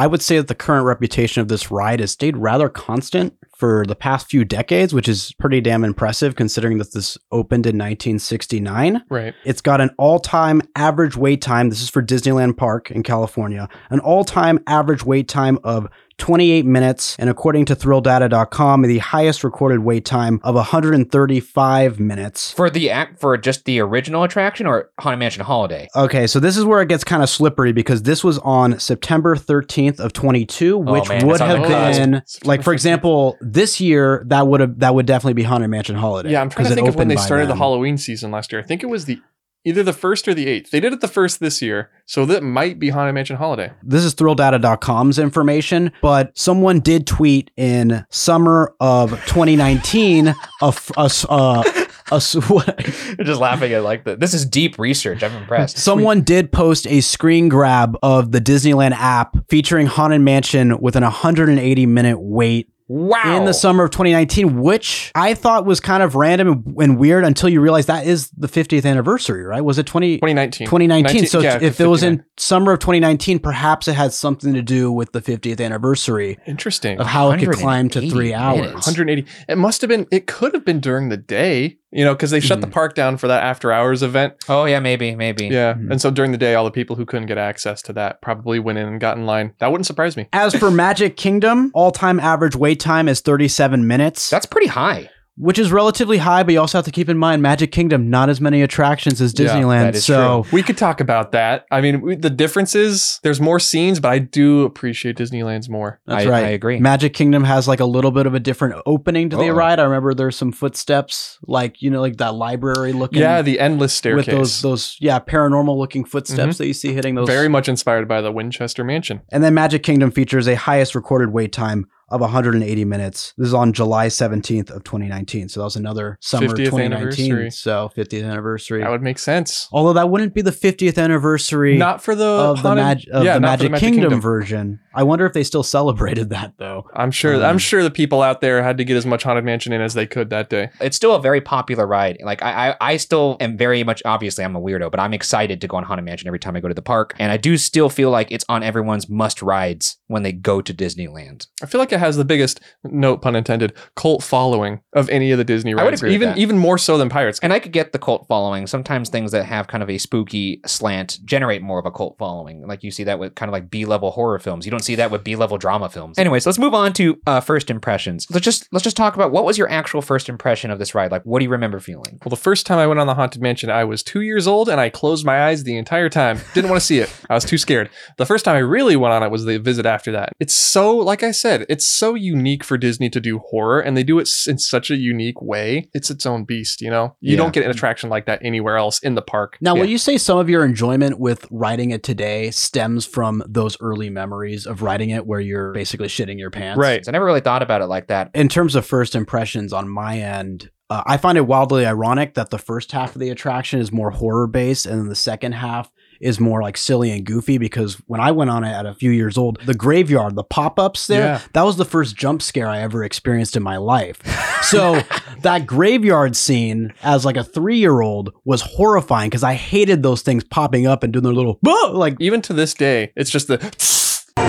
[SPEAKER 2] I would say that the current reputation of this ride has stayed rather constant for the past few decades, which is pretty damn impressive considering that this opened in 1969.
[SPEAKER 3] Right.
[SPEAKER 2] It's got an all time average wait time. This is for Disneyland Park in California. An all time average wait time of 28 minutes. And according to thrilldata.com, the highest recorded wait time of 135 minutes.
[SPEAKER 1] For the act, for just the original attraction or Haunted Mansion Holiday?
[SPEAKER 2] Okay, so this is where it gets kind of slippery because this was on September 13th of 22,
[SPEAKER 1] Oh,
[SPEAKER 2] which
[SPEAKER 1] man,
[SPEAKER 2] would
[SPEAKER 1] it's on
[SPEAKER 2] have
[SPEAKER 1] the cusp.
[SPEAKER 2] been like for
[SPEAKER 3] September
[SPEAKER 2] example, this year that would have that would definitely be Haunted Mansion Holiday.
[SPEAKER 3] Yeah, I'm trying
[SPEAKER 2] 'cause
[SPEAKER 3] to
[SPEAKER 2] it
[SPEAKER 3] think of when
[SPEAKER 2] opened
[SPEAKER 3] they
[SPEAKER 2] by
[SPEAKER 3] started the
[SPEAKER 2] then.
[SPEAKER 3] Halloween season last year. I think it was the either the first or the eighth. They did it the first this year, so that might be Haunted Mansion Holiday.
[SPEAKER 2] This is thrilldata.com's information, but someone did tweet in summer of 2019 a f- a s- uh, a s- what-
[SPEAKER 1] just laughing at like the, this is deep research. I'm impressed.
[SPEAKER 2] Someone did post a screen grab of the Disneyland app featuring Haunted Mansion with an 180 minute wait
[SPEAKER 1] Wow.
[SPEAKER 2] in the summer of 2019, which I thought was kind of random and weird until you realize that is the 50th anniversary, right? Was it 20,
[SPEAKER 3] 2019.
[SPEAKER 2] 2019?
[SPEAKER 3] 19
[SPEAKER 2] so
[SPEAKER 3] yeah,
[SPEAKER 2] if it was
[SPEAKER 3] 59.
[SPEAKER 2] in summer of 2019, perhaps it had something to do with the 50th anniversary
[SPEAKER 3] interesting.
[SPEAKER 2] of how it could climb to
[SPEAKER 1] 180
[SPEAKER 2] three
[SPEAKER 1] minutes.
[SPEAKER 2] hours.
[SPEAKER 3] 180. It must have been. It could have been during the day, you know, because they shut
[SPEAKER 2] Mm-hmm.
[SPEAKER 3] the park down for that after hours event.
[SPEAKER 1] oh yeah, hmm. maybe, maybe.
[SPEAKER 3] Yeah. And so during the day, all the people who couldn't get access to that probably went in and got in line. That wouldn't surprise me.
[SPEAKER 2] As for Magic Kingdom, all time average wait time is 37 minutes,
[SPEAKER 1] That's pretty high.
[SPEAKER 2] which is relatively high, but you also have to keep in mind Magic Kingdom, not as many attractions as
[SPEAKER 3] Yeah,
[SPEAKER 2] Disneyland.
[SPEAKER 1] that is
[SPEAKER 2] so
[SPEAKER 3] We could talk about that. I mean, we, the differences, there's more scenes, but I do appreciate Disneyland's more.
[SPEAKER 2] That's
[SPEAKER 1] I-
[SPEAKER 2] right.
[SPEAKER 1] I agree.
[SPEAKER 2] Magic Kingdom has like a little bit of a different opening to the
[SPEAKER 1] Uh-oh.
[SPEAKER 2] ride. I remember there's some footsteps, like you know, like that library looking.
[SPEAKER 3] yeah, the endless
[SPEAKER 2] with
[SPEAKER 3] staircase.
[SPEAKER 2] those those yeah paranormal looking footsteps
[SPEAKER 1] Mm-hmm.
[SPEAKER 2] that you see hitting those.
[SPEAKER 3] Very much inspired by the Winchester Mansion.
[SPEAKER 2] and then Magic Kingdom features a highest recorded wait time of 180 minutes. This is on July 17th of 2019. So that was another summer of
[SPEAKER 3] 50th
[SPEAKER 2] 2019.
[SPEAKER 3] anniversary.
[SPEAKER 2] So 50th anniversary.
[SPEAKER 3] That would make sense.
[SPEAKER 2] Although that wouldn't be the 50th anniversary.
[SPEAKER 3] Not for the,
[SPEAKER 2] of the, mag-
[SPEAKER 3] haunted-
[SPEAKER 2] of
[SPEAKER 3] yeah,
[SPEAKER 2] the
[SPEAKER 3] not for
[SPEAKER 2] Magic Kingdom, version. I wonder if they still celebrated that though.
[SPEAKER 3] I'm sure.
[SPEAKER 2] Um,
[SPEAKER 3] I'm sure the people out there had to get as much haunted mansion in as they could that day.
[SPEAKER 1] It's still a very popular ride. Like I, I, I still am very much obviously I'm a weirdo, but I'm excited to go on Haunted Mansion every time I go to the park, and I do still feel like it's on everyone's must rides when they go to Disneyland.
[SPEAKER 3] I feel like it has the biggest, no pun intended, cult following of any of the Disney
[SPEAKER 1] I would
[SPEAKER 3] rides.
[SPEAKER 1] agree with
[SPEAKER 3] Even
[SPEAKER 1] that.
[SPEAKER 3] even more so than Pirates.
[SPEAKER 1] And I could get the cult following. Sometimes things that have kind of a spooky slant generate more of a cult following. Like you see that with kind of like B level horror films. You don't see that with B level drama films. Anyways, let's move on to uh, first impressions. Let's just let's just talk about what was your actual first impression of this ride. Like, what do you remember feeling?
[SPEAKER 3] Well, the first time I went on the Haunted Mansion, I was two years old and I closed my eyes the entire time. Didn't want to see it. I was too scared. The first time I really went on it was the visit after that. It's so, like I said, it's so unique for Disney to do horror and they do it s- in such a unique way. It's its own beast, you know? You
[SPEAKER 1] Yeah.
[SPEAKER 3] don't get an attraction like that anywhere else in the park.
[SPEAKER 2] Now,
[SPEAKER 1] Yeah.
[SPEAKER 2] will you say some of your enjoyment with riding it today stems from those early memories of riding it where you're basically shitting your pants?
[SPEAKER 3] Right.
[SPEAKER 1] I never really thought about it like that.
[SPEAKER 2] In terms of first impressions on my end, uh, I find it wildly ironic that the first half of the attraction is more horror based and then the second half is more like silly and goofy because when I went on it at a few years old, the graveyard, the pop ups there,
[SPEAKER 3] Yeah.
[SPEAKER 2] that was the first jump scare I ever experienced in my life. So that graveyard scene as like a three year old was horrifying because I hated those things popping up and doing their little "Bah!" like
[SPEAKER 3] Even to this day, it's just the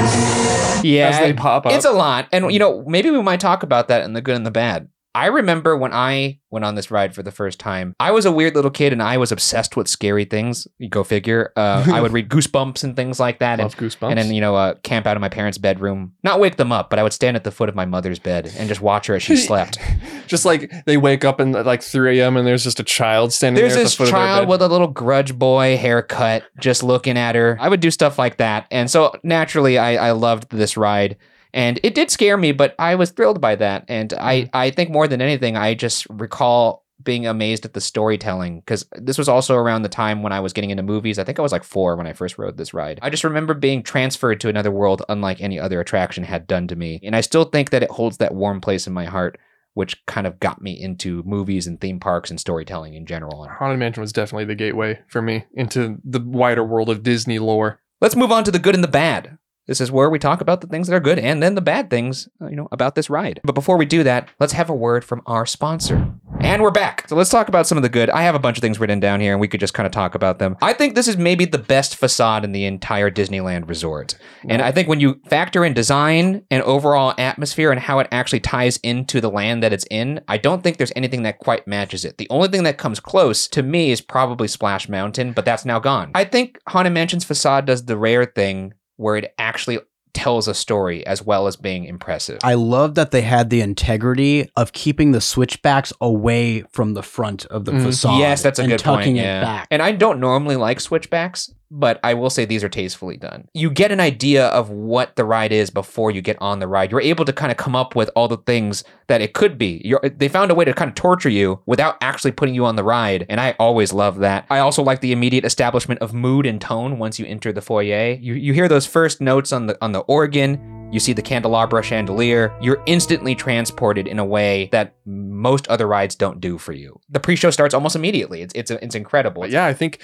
[SPEAKER 1] Yeah,
[SPEAKER 3] as they pop up.
[SPEAKER 1] It's a lot. And you know, maybe we might talk about that in the good and the bad. I remember when I went on this ride for the first time. I was a weird little kid and I was obsessed with scary things. You go figure. Uh, I would read Goosebumps and things like that. And,
[SPEAKER 3] love goosebumps.
[SPEAKER 1] and then, you know, uh, camp out in my parents' bedroom. Not wake them up, but I would stand at the foot of my mother's bed and just watch her as she slept.
[SPEAKER 3] just like they wake up in like 3 a.m. and there's just a child standing
[SPEAKER 1] There's
[SPEAKER 3] there at
[SPEAKER 1] this
[SPEAKER 3] the foot of their
[SPEAKER 1] child
[SPEAKER 3] bed.
[SPEAKER 1] with a little grudge boy haircut just looking at her. I would do stuff like that. And so naturally, I, I loved this ride. And it did scare me, but I was thrilled by that. And
[SPEAKER 3] Mm-hmm.
[SPEAKER 1] I, I think more than anything, I just recall being amazed at the storytelling because this was also around the time when I was getting into movies. I think I was like four when I first rode this ride. I just remember being transferred to another world, unlike any other attraction had done to me. And I still think that it holds that warm place in my heart. Which kind of got me into movies and theme parks and storytelling in general. And
[SPEAKER 3] Haunted Mansion was definitely the gateway for me into the wider world of Disney lore.
[SPEAKER 1] Let's move on to the good and the bad. This is where we talk about the things that are good and then the bad things, uh, you know, about this ride. But before we do that, let's have a word from our sponsor. And we're back. So let's talk about some of the good. I have a bunch of things written down here and we could just kind of talk about them. I think this is maybe the best facade in the entire Disneyland resort. And I think when you factor in design and overall atmosphere and how it actually ties into the land that it's in, I don't think there's anything that quite matches it. The only thing that comes close to me is probably Splash Mountain, but that's now gone. I think Haunted Mansion's facade does the rare thing where it actually tells a story as well as being impressive.
[SPEAKER 2] I love that they had the integrity of keeping the switchbacks away from the front of the
[SPEAKER 3] Mhm.
[SPEAKER 2] facade.
[SPEAKER 1] Mm. Yes, that's a
[SPEAKER 2] and
[SPEAKER 1] good
[SPEAKER 2] tucking
[SPEAKER 1] point.
[SPEAKER 2] it
[SPEAKER 1] yeah.
[SPEAKER 2] back.
[SPEAKER 1] And I don't normally like switchbacks, but I will say these are tastefully done. You get an idea of what the ride is before you get on the ride. You're able to kind of come up with all the things that it could be. You're, they found a way to kind of torture you without actually putting you on the ride, and I always love that. I also like the immediate establishment of mood and tone once you enter the foyer. You you hear those first notes on the on the organ. You see the candelabra chandelier, you're instantly transported in a way that most other rides don't do for you. The pre-show starts almost immediately. It's it's, it's incredible.
[SPEAKER 3] But yeah, I think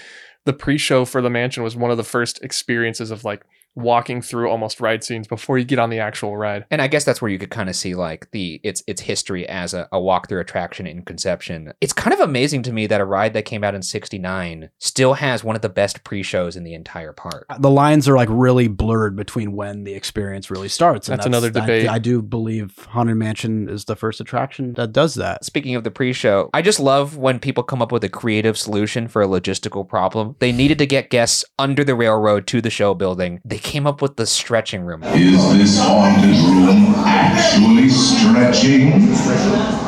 [SPEAKER 3] the pre-show for the mansion was one of the first experiences of like walking through almost ride scenes before you get on the actual ride.
[SPEAKER 1] And I guess that's where you could kind of see like the its its history as a, a walkthrough attraction in conception. It's kind of amazing to me that a ride that came out in '69 still has one of the best pre-shows in the entire park.
[SPEAKER 2] the lines are like really blurred between when the experience really starts.
[SPEAKER 3] That's another
[SPEAKER 2] I-
[SPEAKER 3] debate.
[SPEAKER 2] I, do believe Haunted Mansion is the first attraction that does that.
[SPEAKER 1] Speaking of the pre-show, I just love when people come up with a creative solution for a logistical problem. They needed to get guests under the railroad to the show building. They came up with the stretching room.
[SPEAKER 5] Is this haunted room actually stretching?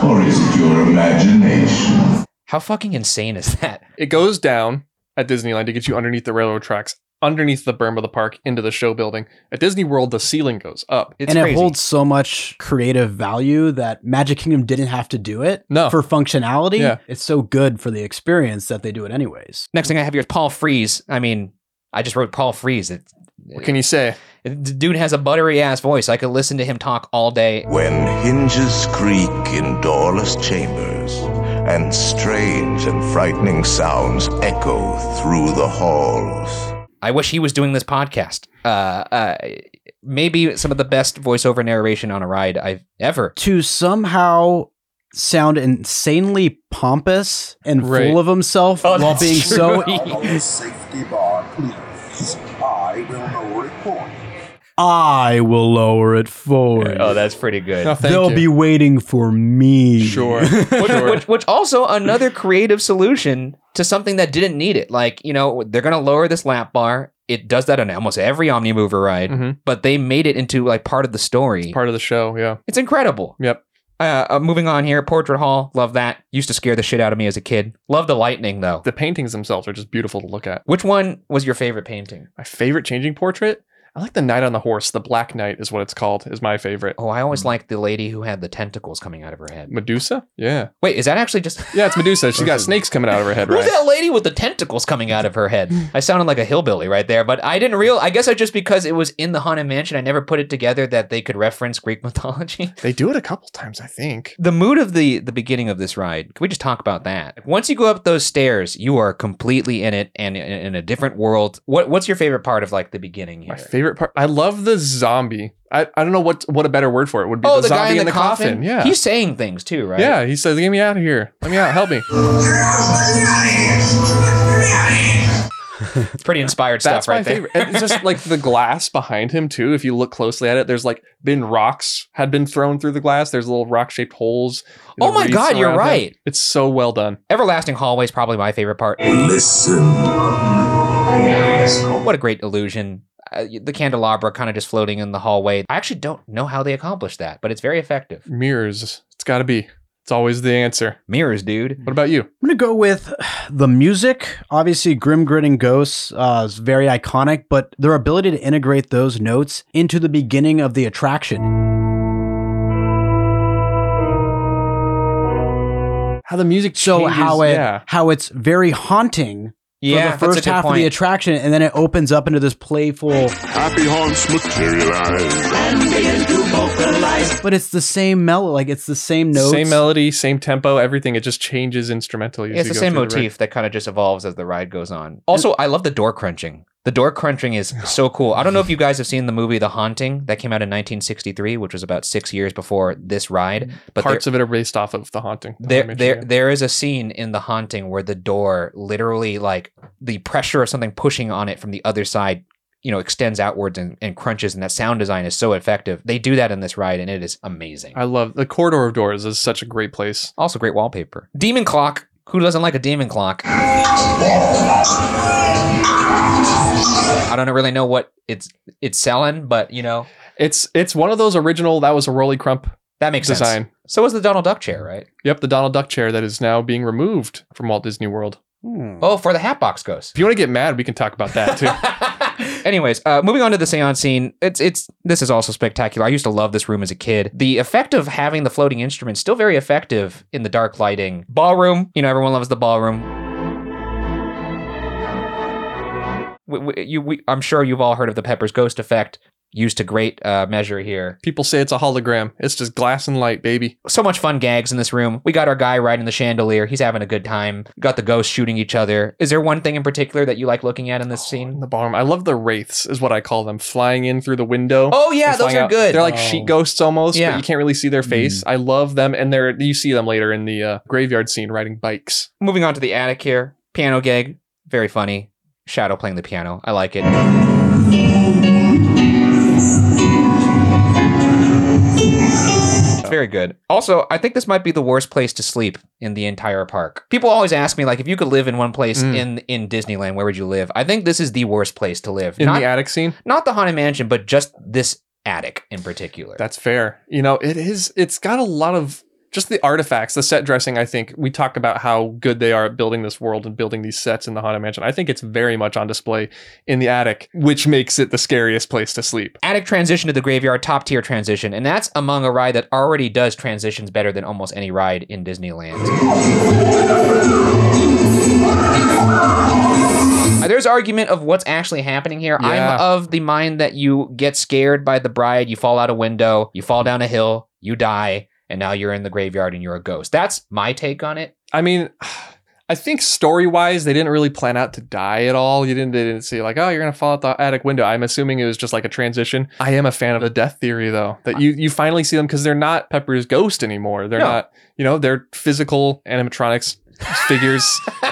[SPEAKER 5] Or is it your imagination?
[SPEAKER 1] How fucking insane is that?
[SPEAKER 3] It goes down at Disneyland to get you underneath the railroad tracks, underneath the berm of the park, into the show building. At Disney World, the ceiling goes up.
[SPEAKER 1] It's
[SPEAKER 2] and
[SPEAKER 1] crazy.
[SPEAKER 2] it holds so much creative value that Magic Kingdom didn't have to do it
[SPEAKER 3] No.
[SPEAKER 2] for functionality.
[SPEAKER 3] Yeah.
[SPEAKER 2] It's so good for the experience that they do it anyways.
[SPEAKER 1] Next thing I have here is Paul Freeze. I mean, I just wrote Paul Freeze. It,
[SPEAKER 3] What can you say?
[SPEAKER 1] The dude has a buttery ass voice. I could listen to him talk all day.
[SPEAKER 4] When hinges creak in doorless chambers, and strange and frightening sounds echo through the halls.
[SPEAKER 1] I wish he was doing this podcast. Uh, uh, maybe some of the best voiceover narration on a ride I've ever.
[SPEAKER 2] To somehow sound insanely pompous and
[SPEAKER 3] Right.
[SPEAKER 2] full of himself while being so
[SPEAKER 1] true.
[SPEAKER 6] On the safety bar, please. I will no report.
[SPEAKER 2] I will lower it forward.
[SPEAKER 1] Oh, that's pretty good.
[SPEAKER 3] No, thank
[SPEAKER 2] They'll
[SPEAKER 3] you.
[SPEAKER 2] be waiting for me.
[SPEAKER 3] sure.
[SPEAKER 1] which,
[SPEAKER 3] sure.
[SPEAKER 1] which, which also another creative solution to something that didn't need it. Like you know, they're gonna lower this lap bar. It does that on almost every Omnimover ride,
[SPEAKER 3] Mhm.
[SPEAKER 1] but they made it into like part of the story.
[SPEAKER 3] Part of the show. Yeah.
[SPEAKER 1] It's incredible.
[SPEAKER 3] Yep.
[SPEAKER 1] Uh, uh, moving on here, Portrait Hall. Love that. Used to scare the shit out of me as a kid. Love the lightning though.
[SPEAKER 3] The paintings themselves are just beautiful to look at.
[SPEAKER 1] Which one was your favorite painting?
[SPEAKER 3] My favorite changing portrait. I like the knight on the horse. The black knight is what it's called. Is my favorite.
[SPEAKER 1] Oh, I
[SPEAKER 3] Hmm.
[SPEAKER 1] always liked the lady who had the tentacles coming out of her head.
[SPEAKER 3] Medusa. Yeah.
[SPEAKER 1] Wait, is that actually just?
[SPEAKER 3] Yeah. It's Medusa. She's got snakes coming out of her head.
[SPEAKER 1] Who's
[SPEAKER 3] Right.
[SPEAKER 1] that lady with the tentacles coming out of her head? I sounded like a hillbilly right there, but I didn't real. I guess I just because it was in the Haunted Mansion, I never put it together that they could reference Greek mythology.
[SPEAKER 3] They do it a couple times, I think.
[SPEAKER 1] The mood of the the beginning of this ride. Can we just talk about that? Once you go up those stairs, you are completely in it and in, in a different world. What what's your favorite part of like the beginning here?
[SPEAKER 3] My favorite part. I love the zombie. I, I don't know what what a better word for it would be.
[SPEAKER 1] oh,
[SPEAKER 3] the,
[SPEAKER 1] the,
[SPEAKER 3] zombie
[SPEAKER 1] guy in the, coffin.
[SPEAKER 3] Yeah.
[SPEAKER 1] he's saying things too, right?
[SPEAKER 3] Yeah. He says, "Get me out of here. Let me out. Help me."
[SPEAKER 1] it's pretty inspired stuff,
[SPEAKER 3] That's
[SPEAKER 1] right
[SPEAKER 3] my
[SPEAKER 1] there.
[SPEAKER 3] favorite. And it's just like the glass behind him too. If you look closely at it, there's like been rocks had been thrown through the glass. There's little rock shaped holes. in
[SPEAKER 1] Oh
[SPEAKER 3] the
[SPEAKER 1] my
[SPEAKER 3] wreaths
[SPEAKER 1] God, you're
[SPEAKER 3] around him.
[SPEAKER 1] right.
[SPEAKER 3] It's so well done.
[SPEAKER 1] Everlasting hallway is probably my favorite part.
[SPEAKER 4] Listen.
[SPEAKER 1] What a great illusion. Uh, the candelabra kind of just floating in the hallway. I actually don't know how they accomplished that, but it's very effective.
[SPEAKER 3] Mirrors. It's got to be. It's always the answer.
[SPEAKER 1] Mirrors, dude.
[SPEAKER 3] What about you?
[SPEAKER 2] I'm gonna go with the music. Obviously, Grim Grinning Ghosts uh, is very iconic, but their ability to integrate those notes into the beginning of the attraction.
[SPEAKER 3] How the music
[SPEAKER 2] So
[SPEAKER 3] changes-
[SPEAKER 2] how it
[SPEAKER 3] yeah.
[SPEAKER 2] how it's very haunting
[SPEAKER 1] Yeah,
[SPEAKER 2] for the first
[SPEAKER 1] that's a good
[SPEAKER 2] half
[SPEAKER 1] point.
[SPEAKER 2] of the attraction, and then it opens up into this playful.
[SPEAKER 4] Happy haunts materialize.
[SPEAKER 2] But it's the same melody, like it's the same notes.
[SPEAKER 3] Same melody, same tempo, everything. It just changes instrumentally.
[SPEAKER 1] it's
[SPEAKER 3] as
[SPEAKER 1] the
[SPEAKER 3] you go
[SPEAKER 1] same
[SPEAKER 3] through ride.
[SPEAKER 1] motif that kind of just evolves as the ride goes on. Also, I love the door crunching. The door crunching is so cool. I don't know if you guys have seen the movie The Haunting that came out in 1963, which was about six years before this ride. But there-
[SPEAKER 3] Parts of it are based off of the haunting. that I
[SPEAKER 1] there
[SPEAKER 3] mentioned,
[SPEAKER 1] there
[SPEAKER 3] yeah.
[SPEAKER 1] there is a scene in the haunting where the door literally like the pressure of something pushing on it from the other side you know extends outwards and, and crunches and that sound design is so effective they do that in this ride and it is amazing
[SPEAKER 3] I love the corridor of doors is such a great place.
[SPEAKER 1] also great wallpaper demon clock who doesn't like a demon clock i don't really know what it's it's selling but you know
[SPEAKER 3] It's it's one of those original that was a Rolly Crump
[SPEAKER 1] that makes sense
[SPEAKER 3] design.
[SPEAKER 1] so was the donald duck chair right
[SPEAKER 3] Yep, the Donald Duck chair that is now being removed from Walt Disney World.
[SPEAKER 1] oh for the hatbox ghost
[SPEAKER 3] If you want to get mad, we can talk about that too.
[SPEAKER 1] Anyways, uh, moving on to the seance scene, it's it's this is also spectacular. I used to love this room as a kid. The effect of having the floating instruments still very effective in the dark lighting. Ballroom, you know, everyone loves the ballroom. We, we, you, we, I'm sure you've all heard of the Pepper's Ghost effect, used to great uh, measure here.
[SPEAKER 3] People say it's a hologram. It's just glass and light, baby.
[SPEAKER 1] So much fun gags in this room. We got our guy riding the chandelier. He's having a good time. Got the ghosts shooting each other. Is there one thing in particular that you like looking at in this
[SPEAKER 3] In
[SPEAKER 1] scene?
[SPEAKER 3] the bottom, I love the wraiths, is what I call them, flying in through the window.
[SPEAKER 1] Oh yeah,
[SPEAKER 3] and
[SPEAKER 1] those
[SPEAKER 3] flying
[SPEAKER 1] are
[SPEAKER 3] out.
[SPEAKER 1] good.
[SPEAKER 3] They're like
[SPEAKER 2] Oh.
[SPEAKER 3] sheet ghosts almost,
[SPEAKER 1] Yeah.
[SPEAKER 3] but you can't really see their face. I love them, and they're you see them later in the uh, graveyard scene riding bikes.
[SPEAKER 1] moving on to the attic here. Piano gig, very funny. Shadow playing the piano. I like it. It's Very good. Also, I think this might be the worst place to sleep in the entire park. People always ask me, like, if you could live in one place
[SPEAKER 3] Mm.
[SPEAKER 1] in in Disneyland, where would you live? I think this is the worst place to live.
[SPEAKER 3] In
[SPEAKER 1] not
[SPEAKER 3] the attic scene,
[SPEAKER 1] not the haunted mansion, but just this attic in particular.
[SPEAKER 3] That's fair. You know, it is. It's got a lot of just the artifacts, the set dressing. I think we talk about how good they are at building this world and building these sets in the haunted mansion. I think it's very much on display in the attic, which makes it the scariest place to sleep.
[SPEAKER 1] attic transition to the graveyard top tier transition and that's among a ride that already does transitions better than almost any ride in disneyland Uh, there's argument of what's actually happening here i'm
[SPEAKER 3] Yeah.
[SPEAKER 1] of the mind that you get scared by the bride you fall out a window you fall down a hill you die and now you're in the graveyard and you're a ghost that's my take on it
[SPEAKER 3] I mean. I think story wise, they didn't really plan out to die at all. You didn't, they didn't see like, oh, you're gonna fall out the attic window. I'm assuming it was just like a transition. I am a fan of the death theory though, that you you finally see them because they're not Pepper's ghost anymore. They're
[SPEAKER 1] No.
[SPEAKER 3] not, you know, they're physical animatronics figures.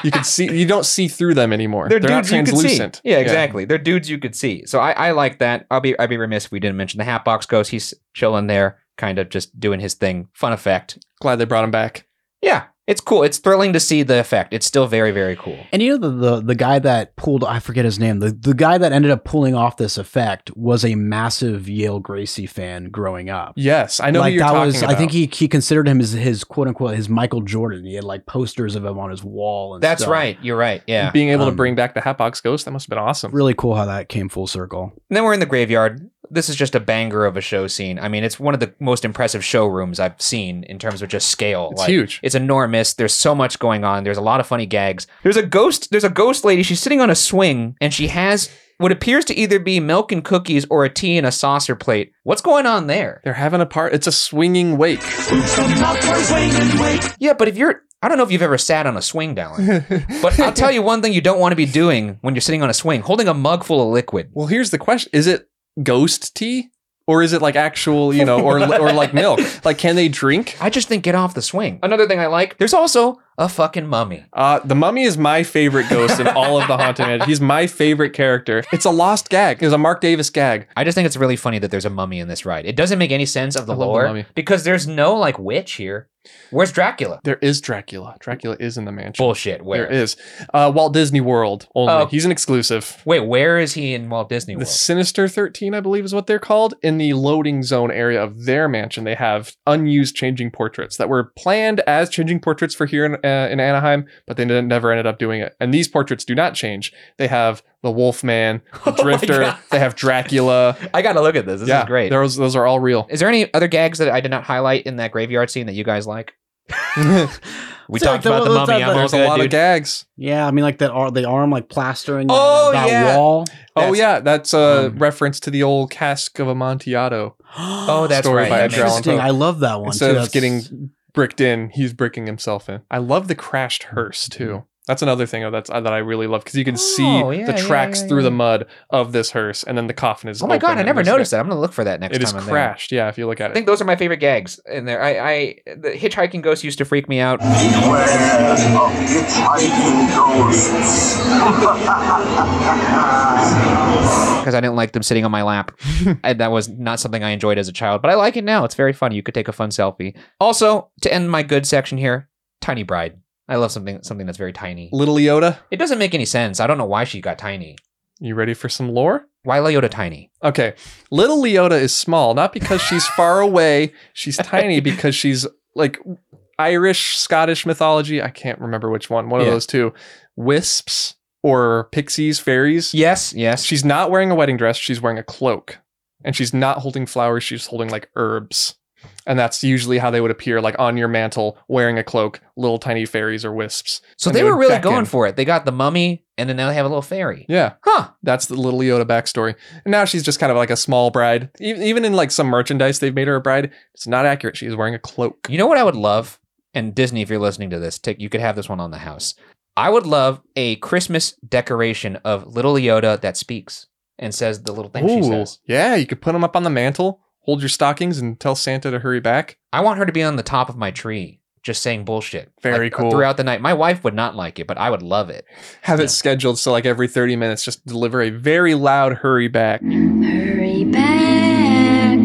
[SPEAKER 3] you can see you don't see through them anymore.
[SPEAKER 1] They're,
[SPEAKER 3] They're, not
[SPEAKER 1] dudes you could see.
[SPEAKER 3] translucent.
[SPEAKER 1] Yeah, exactly. They're dudes you could see. So I, I like that. I'll be I'd be remiss if we didn't mention the Hatbox Ghost. He's chilling there, kind of just doing his thing. Fun effect.
[SPEAKER 3] Glad they brought him back.
[SPEAKER 1] Yeah, it's cool. It's thrilling to see the effect. It's still very very cool.
[SPEAKER 2] And you know the, the the guy that pulled I forget his name the the guy that ended up pulling off this effect was a massive Yale Gracie fan growing up.
[SPEAKER 3] Yes, I know what you're talking
[SPEAKER 2] was
[SPEAKER 3] about.
[SPEAKER 2] I think he he considered him as his quote unquote his Michael Jordan. He had like posters of him on his wall. And
[SPEAKER 1] That's
[SPEAKER 2] stuff.
[SPEAKER 1] right. You're right. Yeah.
[SPEAKER 3] being able
[SPEAKER 2] um,
[SPEAKER 3] to bring back the Hatbox Ghost that must have been awesome.
[SPEAKER 2] Really cool how that came full circle.
[SPEAKER 1] And then we're in the graveyard. This is just a banger of a show scene. I mean, it's one of the most impressive showrooms I've seen in terms of just scale.
[SPEAKER 3] It's huge.
[SPEAKER 1] It's enormous. There's so much going on. There's a lot of funny gags. There's a ghost. There's a ghost lady. She's sitting on a swing, and she has what appears to either be milk and cookies or a tea in a saucer plate. What's going on there?
[SPEAKER 3] They're having a part. It's a swinging wake.
[SPEAKER 1] Yeah, but if you're, I don't know if you've ever sat on a swing, Dallin. but I'll tell you one thing you don't want to be doing when you're sitting on a swing: holding a mug full of liquid.
[SPEAKER 3] Well, here's the question: Is it ghost tea, or is it like actual, you know, or or like milk? Like, can they drink?
[SPEAKER 1] I just think get off the swing. Another thing I like. There's also a fucking mummy.
[SPEAKER 3] Uh, the mummy is my favorite ghost in all of the haunted mansion. He's my favorite character. It's a lost gag. It's a Mark Davis gag.
[SPEAKER 1] I just think it's really funny that there's a mummy in this ride. It doesn't make any sense of the
[SPEAKER 3] I love the
[SPEAKER 1] lore
[SPEAKER 3] mummy.
[SPEAKER 1] because there's no like witch here. Where's Dracula?
[SPEAKER 3] There is Dracula. Dracula is in the mansion.
[SPEAKER 1] Bullshit. Where?
[SPEAKER 3] There is uh, Walt Disney World only.
[SPEAKER 1] Oh.
[SPEAKER 3] He's an exclusive.
[SPEAKER 1] Wait, where is he in Walt Disney
[SPEAKER 3] The
[SPEAKER 1] World?
[SPEAKER 3] Sinister 13, I believe, is what they're called. In the loading zone area of their mansion, they have unused changing portraits that were planned as changing portraits for here in, uh, in Anaheim, but they didn't- never ended up doing it. And these portraits do not change. They have the Wolfman, the
[SPEAKER 1] Oh my
[SPEAKER 3] Drifter,
[SPEAKER 1] God.
[SPEAKER 3] they have Dracula.
[SPEAKER 1] I gotta look at this. This
[SPEAKER 3] yeah,
[SPEAKER 1] is great.
[SPEAKER 3] Those, those are all real.
[SPEAKER 1] Is there any other gags that I did not highlight in that graveyard scene that you guys like? we
[SPEAKER 2] So,
[SPEAKER 1] talked
[SPEAKER 2] the-
[SPEAKER 1] about the
[SPEAKER 2] what's
[SPEAKER 1] mummy.
[SPEAKER 2] that-
[SPEAKER 1] I'm
[SPEAKER 3] There's
[SPEAKER 1] all
[SPEAKER 3] a
[SPEAKER 1] good,
[SPEAKER 3] lot
[SPEAKER 1] dude.
[SPEAKER 3] of gags.
[SPEAKER 2] Yeah, I mean like that ar- the arm like plastering
[SPEAKER 1] Oh,
[SPEAKER 2] that,
[SPEAKER 1] yeah.
[SPEAKER 2] wall.
[SPEAKER 3] oh,
[SPEAKER 1] That's-
[SPEAKER 3] yeah. That's a
[SPEAKER 2] Um,
[SPEAKER 3] reference to the old cask of Amontillado.
[SPEAKER 1] Oh, that's
[SPEAKER 3] Story
[SPEAKER 1] right.
[SPEAKER 3] by
[SPEAKER 1] That
[SPEAKER 3] Edgar
[SPEAKER 1] makes-
[SPEAKER 3] Allan
[SPEAKER 2] interesting.
[SPEAKER 3] Poe.
[SPEAKER 2] I love that one.
[SPEAKER 3] Instead
[SPEAKER 2] too.
[SPEAKER 3] of
[SPEAKER 2] That's-
[SPEAKER 3] getting bricked in, he's bricking himself in. I love the crashed hearse too. That's another thing that's uh, that I really love because you can see
[SPEAKER 1] Mm-hmm. Oh, yeah,
[SPEAKER 3] the
[SPEAKER 1] yeah,
[SPEAKER 3] tracks
[SPEAKER 1] yeah,
[SPEAKER 3] through the
[SPEAKER 1] yeah.
[SPEAKER 3] mud of this hearse, and then the coffin is.
[SPEAKER 1] oh my god,
[SPEAKER 3] open
[SPEAKER 1] I
[SPEAKER 3] and
[SPEAKER 1] never
[SPEAKER 3] there's-
[SPEAKER 1] noticed that. I'm gonna look for that next
[SPEAKER 3] It is
[SPEAKER 1] time. I'm there.
[SPEAKER 3] crashed. Yeah, if you look
[SPEAKER 1] I
[SPEAKER 3] at it.
[SPEAKER 1] think those are my favorite gags in there. I, I the hitchhiking ghost used to freak me out.
[SPEAKER 4] Beware of hitchhiking ghosts.
[SPEAKER 1] because I didn't like them sitting on my lap. and that was not something I enjoyed as a child, but I like it now. It's very fun. You could take a fun selfie. Also, to end my good section here, tiny bride. I love something something that's very tiny.
[SPEAKER 3] Little Yoda,
[SPEAKER 1] It doesn't make any sense. I don't know why she got tiny.
[SPEAKER 3] you ready for some lore?
[SPEAKER 1] Why Leota tiny?
[SPEAKER 3] Okay, little Leota is small, not because she's far away. She's tiny because she's like Irish, Scottish mythology. I can't remember which one. One
[SPEAKER 1] Yeah.
[SPEAKER 3] of those two, wisps or pixies, fairies.
[SPEAKER 1] Yes, yes.
[SPEAKER 3] She's not wearing a wedding dress. She's wearing a cloak. And she's not holding flowers. She's holding like herbs. And that's usually how they would appear, like on your mantle, wearing a cloak, little tiny fairies or wisps.
[SPEAKER 1] so
[SPEAKER 3] and
[SPEAKER 1] they
[SPEAKER 3] they
[SPEAKER 1] were
[SPEAKER 3] would
[SPEAKER 1] really
[SPEAKER 3] beckon.
[SPEAKER 1] going for it. They got the mummy, and then now they have a little fairy.
[SPEAKER 3] Yeah,
[SPEAKER 1] Huh.
[SPEAKER 3] that's the little Yoda backstory. And now she's just kind of like a small bride. Even, even in like some merchandise they've made her a bride, it's not accurate. She is wearing a cloak.
[SPEAKER 1] You know what I would love? And Disney, if you're listening to this, take you could have this one on the house. I would love a Christmas decoration of little Leota that speaks and says the little thing she says.
[SPEAKER 3] yeah, you could put them up on the mantle, hold your stockings, and tell Santa to hurry back.
[SPEAKER 1] I want her to be on the top of my tree, just saying bullshit.
[SPEAKER 3] Very
[SPEAKER 1] like, uh,
[SPEAKER 3] cool.
[SPEAKER 1] Throughout the night. My wife would not like it, but I would love it.
[SPEAKER 3] Have
[SPEAKER 1] Yeah.
[SPEAKER 3] it scheduled so like every 30 minutes, just deliver a very loud hurry back.
[SPEAKER 6] Hurry back.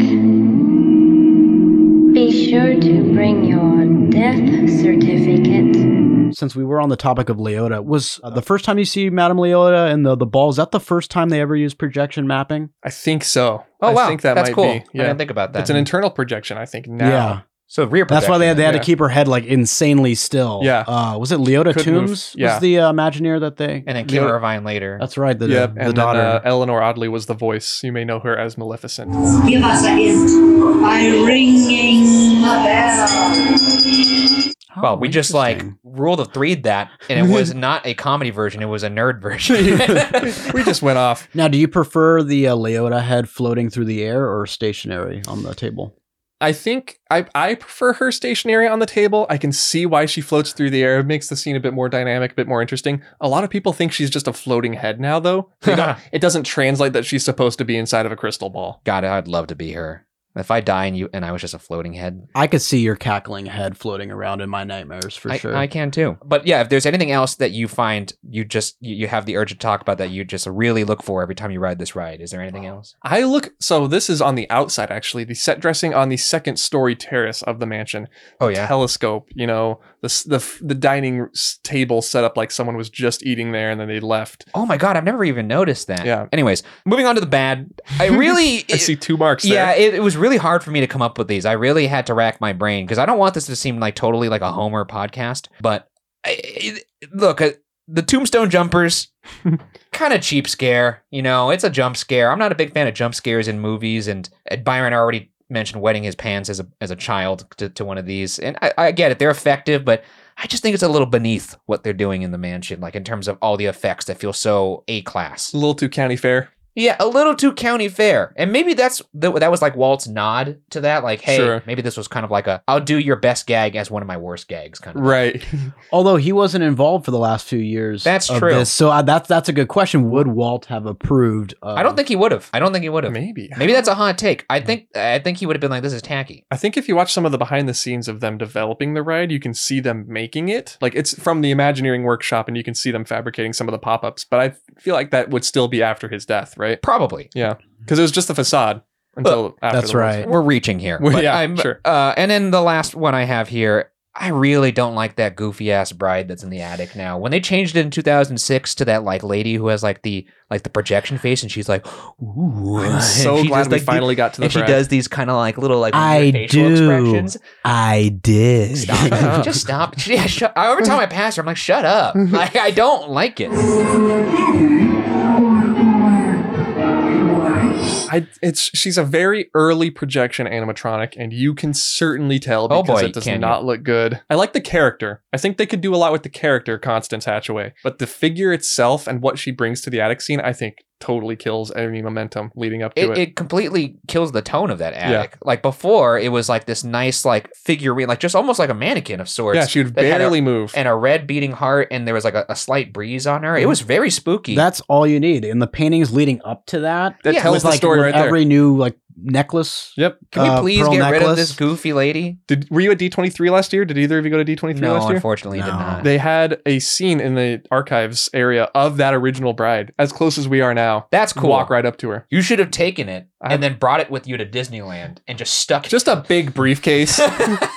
[SPEAKER 6] Be sure to bring your death certificate.
[SPEAKER 2] Since we were on the topic of Leota, was uh, the first time you see Madame Leota and the the ball? Is that the first time they ever used projection mapping?
[SPEAKER 3] I think so.
[SPEAKER 1] Oh,
[SPEAKER 3] I
[SPEAKER 1] wow.
[SPEAKER 3] think that
[SPEAKER 1] That's
[SPEAKER 3] might
[SPEAKER 1] cool.
[SPEAKER 3] be.
[SPEAKER 1] I
[SPEAKER 3] Yeah.
[SPEAKER 1] didn't think about that.
[SPEAKER 3] It's an internal projection, I think. Now,
[SPEAKER 1] so rear
[SPEAKER 2] That's why they
[SPEAKER 1] projection.
[SPEAKER 2] had, they had
[SPEAKER 3] yeah.
[SPEAKER 2] to keep her head like insanely still.
[SPEAKER 3] Yeah.
[SPEAKER 2] Uh, was it Leota
[SPEAKER 3] Couldn't move.
[SPEAKER 2] Toombs?
[SPEAKER 3] Yeah.
[SPEAKER 2] Was the uh, Imagineer that they?
[SPEAKER 1] And then
[SPEAKER 3] Yeah.
[SPEAKER 1] Kira Irvine later.
[SPEAKER 2] That's right. The,
[SPEAKER 3] yep.
[SPEAKER 2] the
[SPEAKER 3] and
[SPEAKER 2] daughter.
[SPEAKER 3] then uh, Eleanor Audley was the voice. You may know her as Maleficent.
[SPEAKER 7] Wasser ist by ringing the bell.
[SPEAKER 1] well, we just like
[SPEAKER 2] Oh, interesting.
[SPEAKER 1] rule of three that, and it was not a comedy version; it was a nerd version.
[SPEAKER 3] we just went off.
[SPEAKER 2] Now, do you prefer the uh, Leota head floating through the air or stationary on the table?
[SPEAKER 3] I think I, I prefer her stationary on the table. I can see why she floats through the air. It makes the scene a bit more dynamic, a bit more interesting. A lot of people think she's just a floating head now, though. They don't- it doesn't translate that she's supposed to be inside of a crystal ball.
[SPEAKER 1] God, I'd love to be her. If I die and you and I was just a floating head,
[SPEAKER 2] I could see your cackling head floating around in my nightmares for
[SPEAKER 1] I,
[SPEAKER 2] sure.
[SPEAKER 1] I can too. But yeah, if there's anything else that you find you just you, you have the urge to talk about that you just really look for every time you ride this ride, is there anything else?
[SPEAKER 3] I look so this is on the outside actually. The set dressing on the second story terrace of the mansion.
[SPEAKER 1] Oh yeah.
[SPEAKER 3] Telescope, you know, the s- the f- the dining s- table set up like someone was just eating there and then they left.
[SPEAKER 1] Oh my god, I've never even noticed that.
[SPEAKER 3] Yeah.
[SPEAKER 1] Anyways, moving on to the bad. I really
[SPEAKER 3] I see two marks there.
[SPEAKER 1] Yeah, it, it was really hard for me to come up with these. I really had to rack my brain because I don't want this to seem like totally like a Homer podcast. But I, it, look, uh, the tombstone jumpers, kind of cheap scare. You know, it's a jump scare. I'm not a big fan of jump scares in movies, and uh, Byron already mentioned wetting his pants as a as a child to, to one of these. And I, I get it; they're effective, but I just think it's a little beneath what they're doing in the mansion, like in terms of all the effects that feel so A class.
[SPEAKER 3] a little too county fair.
[SPEAKER 1] Yeah, a little too county fair, and maybe that's th- that was like Walt's nod to that. Like, hey,
[SPEAKER 3] Sure.
[SPEAKER 1] maybe this was kind of like a "I'll do your best gag as one of my worst gags" kind of.
[SPEAKER 3] Right.
[SPEAKER 2] Although he wasn't involved for the last few years.
[SPEAKER 1] That's
[SPEAKER 2] of
[SPEAKER 1] true.
[SPEAKER 2] this, so I, that's that's a good question. Would Walt have approved? uh, Of,
[SPEAKER 1] I don't think he would have. I don't think he would have. Maybe.
[SPEAKER 3] Maybe.
[SPEAKER 1] that's a hot take.
[SPEAKER 3] Mm-hmm.
[SPEAKER 1] I think I think he would have been like, "This is tacky."
[SPEAKER 3] I think if you watch some of the behind the scenes of them developing the ride, you can see them making it. Like it's from the Imagineering workshop and you can see them fabricating some of the pop ups, but I feel like that would still be after his death, right?
[SPEAKER 1] Probably.
[SPEAKER 3] Yeah. Because it was just a facade until after
[SPEAKER 2] that's
[SPEAKER 3] the war.
[SPEAKER 2] right.
[SPEAKER 1] We're reaching here.
[SPEAKER 3] Well,
[SPEAKER 1] but
[SPEAKER 3] yeah,
[SPEAKER 1] I'm-
[SPEAKER 3] sure.
[SPEAKER 1] Uh, and then the last one I have here. I really don't like that goofy ass bride that's in the attic now. When they changed it in 2006 to that like lady who has like the like the projection face and she's like, "Ooh."
[SPEAKER 3] I'm
[SPEAKER 1] and
[SPEAKER 3] so
[SPEAKER 1] she
[SPEAKER 3] glad
[SPEAKER 1] just,
[SPEAKER 3] we
[SPEAKER 1] like, do-
[SPEAKER 3] finally got to the
[SPEAKER 1] and she
[SPEAKER 3] bread.
[SPEAKER 1] does these kind of like little like
[SPEAKER 2] I
[SPEAKER 1] weird facial
[SPEAKER 2] do.
[SPEAKER 1] expressions.
[SPEAKER 2] I did.
[SPEAKER 1] Stop! it. Just stop! Yeah, shut. I- Every time I pass her, I'm like, "Shut up!"
[SPEAKER 2] Mm-hmm.
[SPEAKER 1] Like I don't like it.
[SPEAKER 3] I it's she's a very early projection animatronic, and you can certainly tell
[SPEAKER 1] Oh
[SPEAKER 3] because
[SPEAKER 1] boy,
[SPEAKER 3] it does
[SPEAKER 1] can you.
[SPEAKER 3] not look good. I like the character. I think they could do a lot with the character, Constance Hatchaway, but the figure itself and what she brings to the attic scene, I think totally kills any momentum leading up to
[SPEAKER 1] It,
[SPEAKER 3] it.
[SPEAKER 1] it completely kills the tone of that attic. Like before, it was like this nice like figurine, like just almost like a mannequin of sorts.
[SPEAKER 3] yeah, she would
[SPEAKER 1] that had a-
[SPEAKER 3] barely move.
[SPEAKER 1] and a red beating heart, and there was like a, a slight breeze on
[SPEAKER 3] Mm-hmm.
[SPEAKER 1] her. It was very spooky.
[SPEAKER 2] That's all you need. And the paintings leading up to that.
[SPEAKER 3] that
[SPEAKER 1] yeah,
[SPEAKER 3] tells
[SPEAKER 2] with
[SPEAKER 3] the
[SPEAKER 2] like
[SPEAKER 3] story
[SPEAKER 2] with
[SPEAKER 3] right
[SPEAKER 2] every
[SPEAKER 3] there.
[SPEAKER 2] new like necklace.
[SPEAKER 3] Yep.
[SPEAKER 1] Can we
[SPEAKER 2] uh,
[SPEAKER 1] please
[SPEAKER 2] pearl
[SPEAKER 1] get rid of
[SPEAKER 2] necklace.
[SPEAKER 1] this goofy lady?
[SPEAKER 3] Did were you at D twenty three last year? Did either of you go to D twenty three
[SPEAKER 1] No,
[SPEAKER 3] last year?
[SPEAKER 1] unfortunately, did
[SPEAKER 2] No.
[SPEAKER 1] not.
[SPEAKER 3] They had a scene in the archives area of that original bride, as close as we are now.
[SPEAKER 1] That's cool.
[SPEAKER 3] Walk right up to her.
[SPEAKER 1] You should have taken it
[SPEAKER 3] I-
[SPEAKER 1] and then brought it with you to Disneyland and just stuck it.
[SPEAKER 3] Just a big briefcase.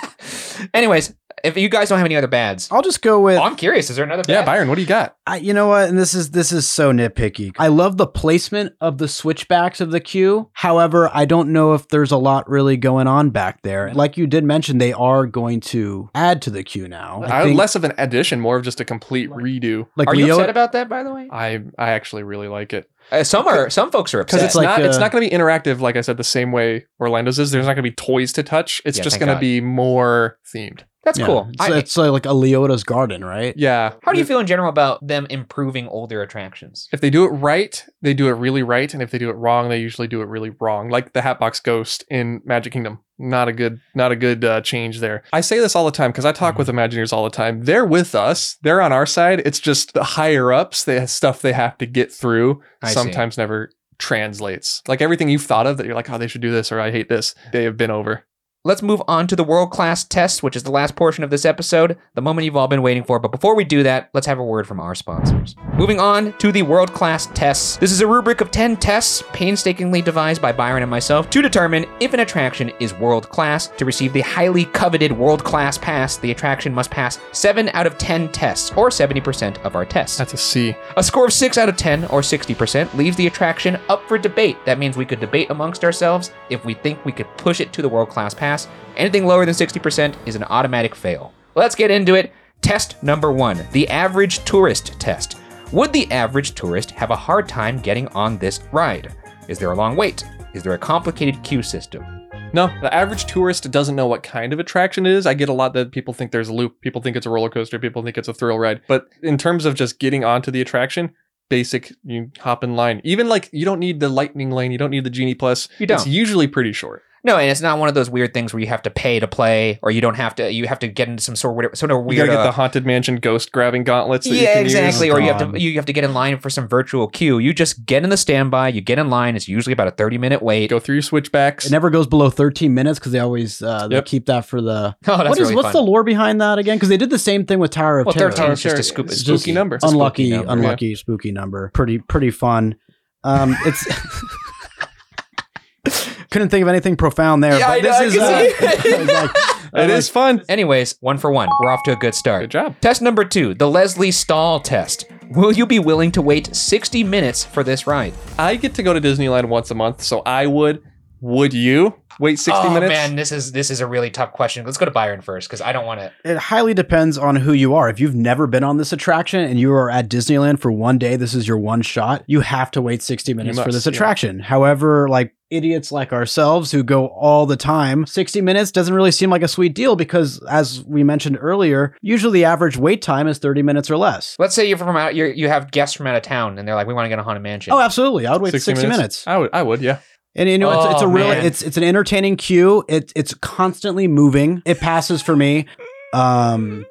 [SPEAKER 1] Anyways, if you guys don't have any other bads,
[SPEAKER 2] I'll just go with
[SPEAKER 1] Oh, I'm curious. Is there another?
[SPEAKER 3] yeah,
[SPEAKER 1] bad?
[SPEAKER 3] Byron, what do you got?
[SPEAKER 2] I, you know what? And this is this is so nitpicky. I love the placement of the switchbacks of the queue. However, I don't know if there's a lot really going on back there. Like you did mention, they are going to add to the queue now.
[SPEAKER 3] I
[SPEAKER 2] think-
[SPEAKER 3] Uh, less of an addition, more of just a complete redo.
[SPEAKER 2] like
[SPEAKER 1] Are
[SPEAKER 2] we
[SPEAKER 1] you
[SPEAKER 2] owe-
[SPEAKER 1] upset about that, by the way?
[SPEAKER 3] I I actually really like it
[SPEAKER 1] Uh, some are. Some folks are
[SPEAKER 3] because
[SPEAKER 1] upset.
[SPEAKER 2] It's
[SPEAKER 3] it's
[SPEAKER 2] like,
[SPEAKER 3] not it's
[SPEAKER 2] uh,
[SPEAKER 3] not going to be interactive like I said the same way Orlando's is. There's not going to be toys to touch. It's
[SPEAKER 1] Yeah,
[SPEAKER 3] just
[SPEAKER 1] thank
[SPEAKER 3] going
[SPEAKER 1] God.
[SPEAKER 3] to be more themed.
[SPEAKER 1] That's
[SPEAKER 2] Yeah.
[SPEAKER 1] cool.
[SPEAKER 2] It's,
[SPEAKER 1] I-
[SPEAKER 2] it's uh, like a Leota's garden, right?
[SPEAKER 3] Yeah.
[SPEAKER 1] how do you feel in general about them improving older attractions?
[SPEAKER 3] If they do it right, they do it really right, and if they do it wrong, they usually do it really wrong. Like the Hatbox Ghost in Magic Kingdom. Not a good not a good uh, change there. I say this all the time because I
[SPEAKER 1] Mm-hmm.
[SPEAKER 3] talk with Imagineers all the time. They're with us. They're on our side. It's just the higher ups, the stuff they have to get through
[SPEAKER 1] I see.
[SPEAKER 3] sometimes never translates. Like everything you've thought of that you're like, oh, they should do this or I hate this. They have been over.
[SPEAKER 1] Let's move on to the world class test, which is the last portion of this episode, the moment you've all been waiting for. But before we do that, let's have a word from our sponsors. Moving on to the world class tests. This is a rubric of 10 tests painstakingly devised by Byron and myself to determine if an attraction is world class. To receive the highly coveted world class pass, the attraction must pass 7 out of 10 tests, or 70% of our tests.
[SPEAKER 3] That's a C.
[SPEAKER 1] A score of 6 out of 10, or 60%, leaves the attraction up for debate. That means we could debate amongst ourselves if we think we could push it to the world class pass. Anything lower than 60% is an automatic fail. Let's get into it. Test number one the average tourist test. Would the average tourist have a hard time getting on this ride? Is there a long wait? Is there a complicated queue system?
[SPEAKER 3] No, the average tourist doesn't know what kind of attraction it is. I get a lot that people think there's a loop, people think it's a roller coaster, people think it's a thrill ride. But in terms of just getting onto the attraction, basic, you hop in line. Even like you don't need the lightning lane, you don't need the genie plus.
[SPEAKER 1] You don't.
[SPEAKER 3] It's usually pretty short.
[SPEAKER 1] No, and it's not one of those weird things where you have to pay to play, or you don't have to. You have to get into some sort of whatever, sort of
[SPEAKER 3] You
[SPEAKER 1] weird.
[SPEAKER 3] gotta get
[SPEAKER 1] uh,
[SPEAKER 3] the haunted mansion ghost grabbing gauntlets. That you
[SPEAKER 1] yeah,
[SPEAKER 3] can
[SPEAKER 1] exactly.
[SPEAKER 3] Use. um,
[SPEAKER 1] Or you have to
[SPEAKER 2] God.
[SPEAKER 1] you have to get in line for some virtual queue. You just get in the standby. You get in line. It's usually about a thirty minute wait.
[SPEAKER 3] Go through your switchbacks.
[SPEAKER 2] It never goes below 13 minutes because they always uh, they
[SPEAKER 3] Yep.
[SPEAKER 2] keep that for the.
[SPEAKER 1] Oh, that's
[SPEAKER 2] what is
[SPEAKER 1] really
[SPEAKER 2] what's
[SPEAKER 1] fun.
[SPEAKER 2] the lore behind that again? Because they did the same thing with Tower of
[SPEAKER 1] Well,
[SPEAKER 2] Terror.
[SPEAKER 1] 13 is just a
[SPEAKER 3] Terror.
[SPEAKER 1] scoop.
[SPEAKER 3] It's
[SPEAKER 1] It's
[SPEAKER 3] spooky
[SPEAKER 1] just-
[SPEAKER 3] number. It's a
[SPEAKER 2] unlucky,
[SPEAKER 1] number, yeah.
[SPEAKER 2] unlucky, spooky number. Pretty, pretty fun. Um, it's couldn't think of anything profound there.
[SPEAKER 1] Yeah, I
[SPEAKER 2] but
[SPEAKER 1] know,
[SPEAKER 2] this
[SPEAKER 1] I
[SPEAKER 2] is,
[SPEAKER 1] can see.
[SPEAKER 2] uh, like,
[SPEAKER 3] It is fun.
[SPEAKER 1] Anyways, one for one. We're off to a good start.
[SPEAKER 3] Good job.
[SPEAKER 1] Test number two, the Leslie Stahl test. Will you be willing to wait 60 minutes for this ride?
[SPEAKER 3] I get to go to Disneyland once a month, so I would. Would you wait 60
[SPEAKER 1] oh,
[SPEAKER 3] minutes?
[SPEAKER 1] man, this is this is a really tough question. Let's go to Byron first because I don't want to.
[SPEAKER 2] it highly depends on who you are. If you've never been on this attraction and you are at Disneyland for one day, this is your one shot. You have to wait 60 minutes for
[SPEAKER 3] must,
[SPEAKER 2] this
[SPEAKER 3] yeah.
[SPEAKER 2] attraction. However, like idiots like ourselves who go all the time, 60 minutes doesn't really seem like a sweet deal because as we mentioned earlier, usually the average wait time is 30 minutes or less.
[SPEAKER 1] Let's say you're from out, you're, you have guests from out of town, and they're like, "We want to get a haunted mansion."
[SPEAKER 2] Oh, absolutely. I would wait 60, minutes.
[SPEAKER 3] I would. I would. Yeah.
[SPEAKER 2] And you know, it's, it's a
[SPEAKER 1] Oh,
[SPEAKER 2] real,
[SPEAKER 1] man.
[SPEAKER 2] it's it's an entertaining queue. It it's constantly moving. It passes for me. Um,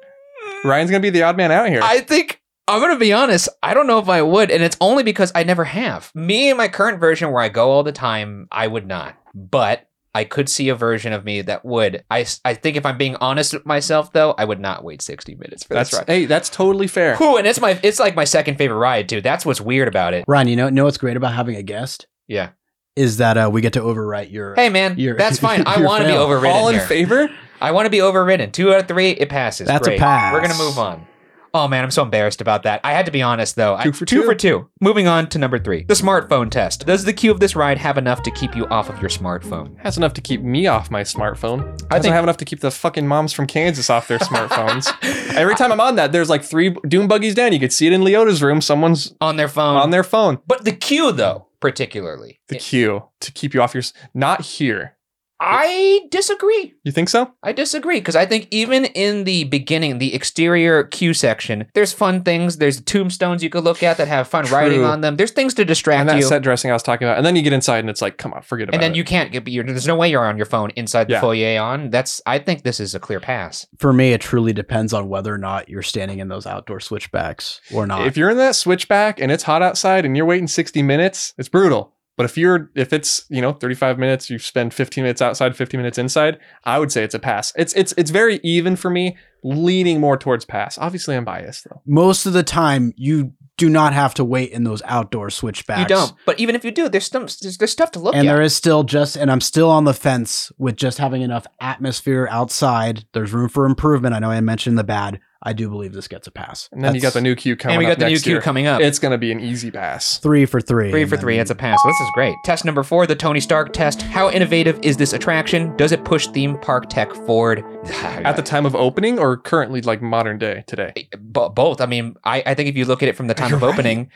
[SPEAKER 3] Ryan's gonna be the odd man out here.
[SPEAKER 1] I think I'm gonna be honest. I don't know if I would, and it's only because I never have. Me and my current version, where I go all the time, I would not. But I could see a version of me that would. I, s- I think if I'm being honest with myself, though, I would not wait 60 minutes for
[SPEAKER 3] that's
[SPEAKER 1] this
[SPEAKER 3] right.
[SPEAKER 1] ride.
[SPEAKER 3] Hey, that's totally fair.
[SPEAKER 1] Whew, and it's my it's like my second favorite ride too. That's what's weird about it.
[SPEAKER 2] Ryan, you know, know what's great about having a guest
[SPEAKER 1] Yeah.
[SPEAKER 2] is that uh, we get to overwrite your.
[SPEAKER 1] Hey man,
[SPEAKER 2] You're-
[SPEAKER 1] that's fine. I
[SPEAKER 2] you're
[SPEAKER 1] want to be
[SPEAKER 2] failed.
[SPEAKER 1] overridden.
[SPEAKER 3] All in
[SPEAKER 1] here.
[SPEAKER 3] favor?
[SPEAKER 1] I want to be overridden. Two out of three, it passes.
[SPEAKER 2] That's a
[SPEAKER 1] Great.
[SPEAKER 2] pass.
[SPEAKER 1] We're gonna move on. Oh man, I'm so embarrassed about that. I had to be honest though. I-
[SPEAKER 3] Two for
[SPEAKER 1] two
[SPEAKER 3] two.
[SPEAKER 1] for two. Moving on to number three, the smartphone test. Does the queue of this ride have enough to keep you off of your smartphone?
[SPEAKER 3] That's enough to keep me off my smartphone. I
[SPEAKER 1] think-
[SPEAKER 3] think have enough to keep the fucking moms from Kansas off their smartphones. Every time I'm on that, there's like three doom buggies down. You could see it in Leota's room. Someone's
[SPEAKER 1] On their phone.
[SPEAKER 3] on their phone.
[SPEAKER 1] But the queue though, particularly.
[SPEAKER 3] The queue to keep you off your. s- Not here.
[SPEAKER 1] I disagree.
[SPEAKER 3] You think so?
[SPEAKER 1] I disagree because I think even in the beginning, the exterior queue section, there's fun things. There's tombstones you could look at that have fun
[SPEAKER 3] True.
[SPEAKER 1] writing on them. There's things to
[SPEAKER 3] And
[SPEAKER 1] distract
[SPEAKER 3] that
[SPEAKER 1] you.
[SPEAKER 3] set dressing I was talking about. And then you get inside and it's like, come on, forget about
[SPEAKER 1] and then
[SPEAKER 3] it.
[SPEAKER 1] you can't get. You're, there's no way you're on your phone inside the
[SPEAKER 3] Yeah.
[SPEAKER 1] foyer. On that's. I think this is a clear pass.
[SPEAKER 2] For me, it truly depends on whether or not you're standing in those outdoor switchbacks or not.
[SPEAKER 3] If you're in that switchback and it's hot outside and you're waiting 60 minutes, it's brutal. But if you're if it's, you know, 35 minutes, you spend 15 minutes outside, 15 minutes inside, I would say it's a pass. It's it's it's very even for me, leaning more towards pass. Obviously I'm biased though.
[SPEAKER 2] Most of the time, you do not have to wait in those outdoor switchbacks.
[SPEAKER 1] You don't. But even if you do, there's some. There's, there's stuff to look
[SPEAKER 2] And
[SPEAKER 1] at.
[SPEAKER 2] there is still just, and I'm still on the fence with just having enough atmosphere outside. There's room for improvement. I know I mentioned the bad. I do believe this gets a pass.
[SPEAKER 3] And then you got
[SPEAKER 2] That's
[SPEAKER 3] the new queue coming
[SPEAKER 1] and we
[SPEAKER 3] up
[SPEAKER 1] got the new
[SPEAKER 3] next
[SPEAKER 1] queue
[SPEAKER 3] year.
[SPEAKER 1] coming up.
[SPEAKER 3] It's going to be an easy pass.
[SPEAKER 2] three for three.
[SPEAKER 1] Three
[SPEAKER 2] and
[SPEAKER 1] for
[SPEAKER 2] then-
[SPEAKER 1] three. It's a pass. This is great. Test number four, the Tony Stark test. How innovative is this attraction? Does it push theme park tech forward?
[SPEAKER 3] At the time of opening or currently like modern day today.
[SPEAKER 1] Bo- both. I mean, I, I think if you look at it from the time of opening,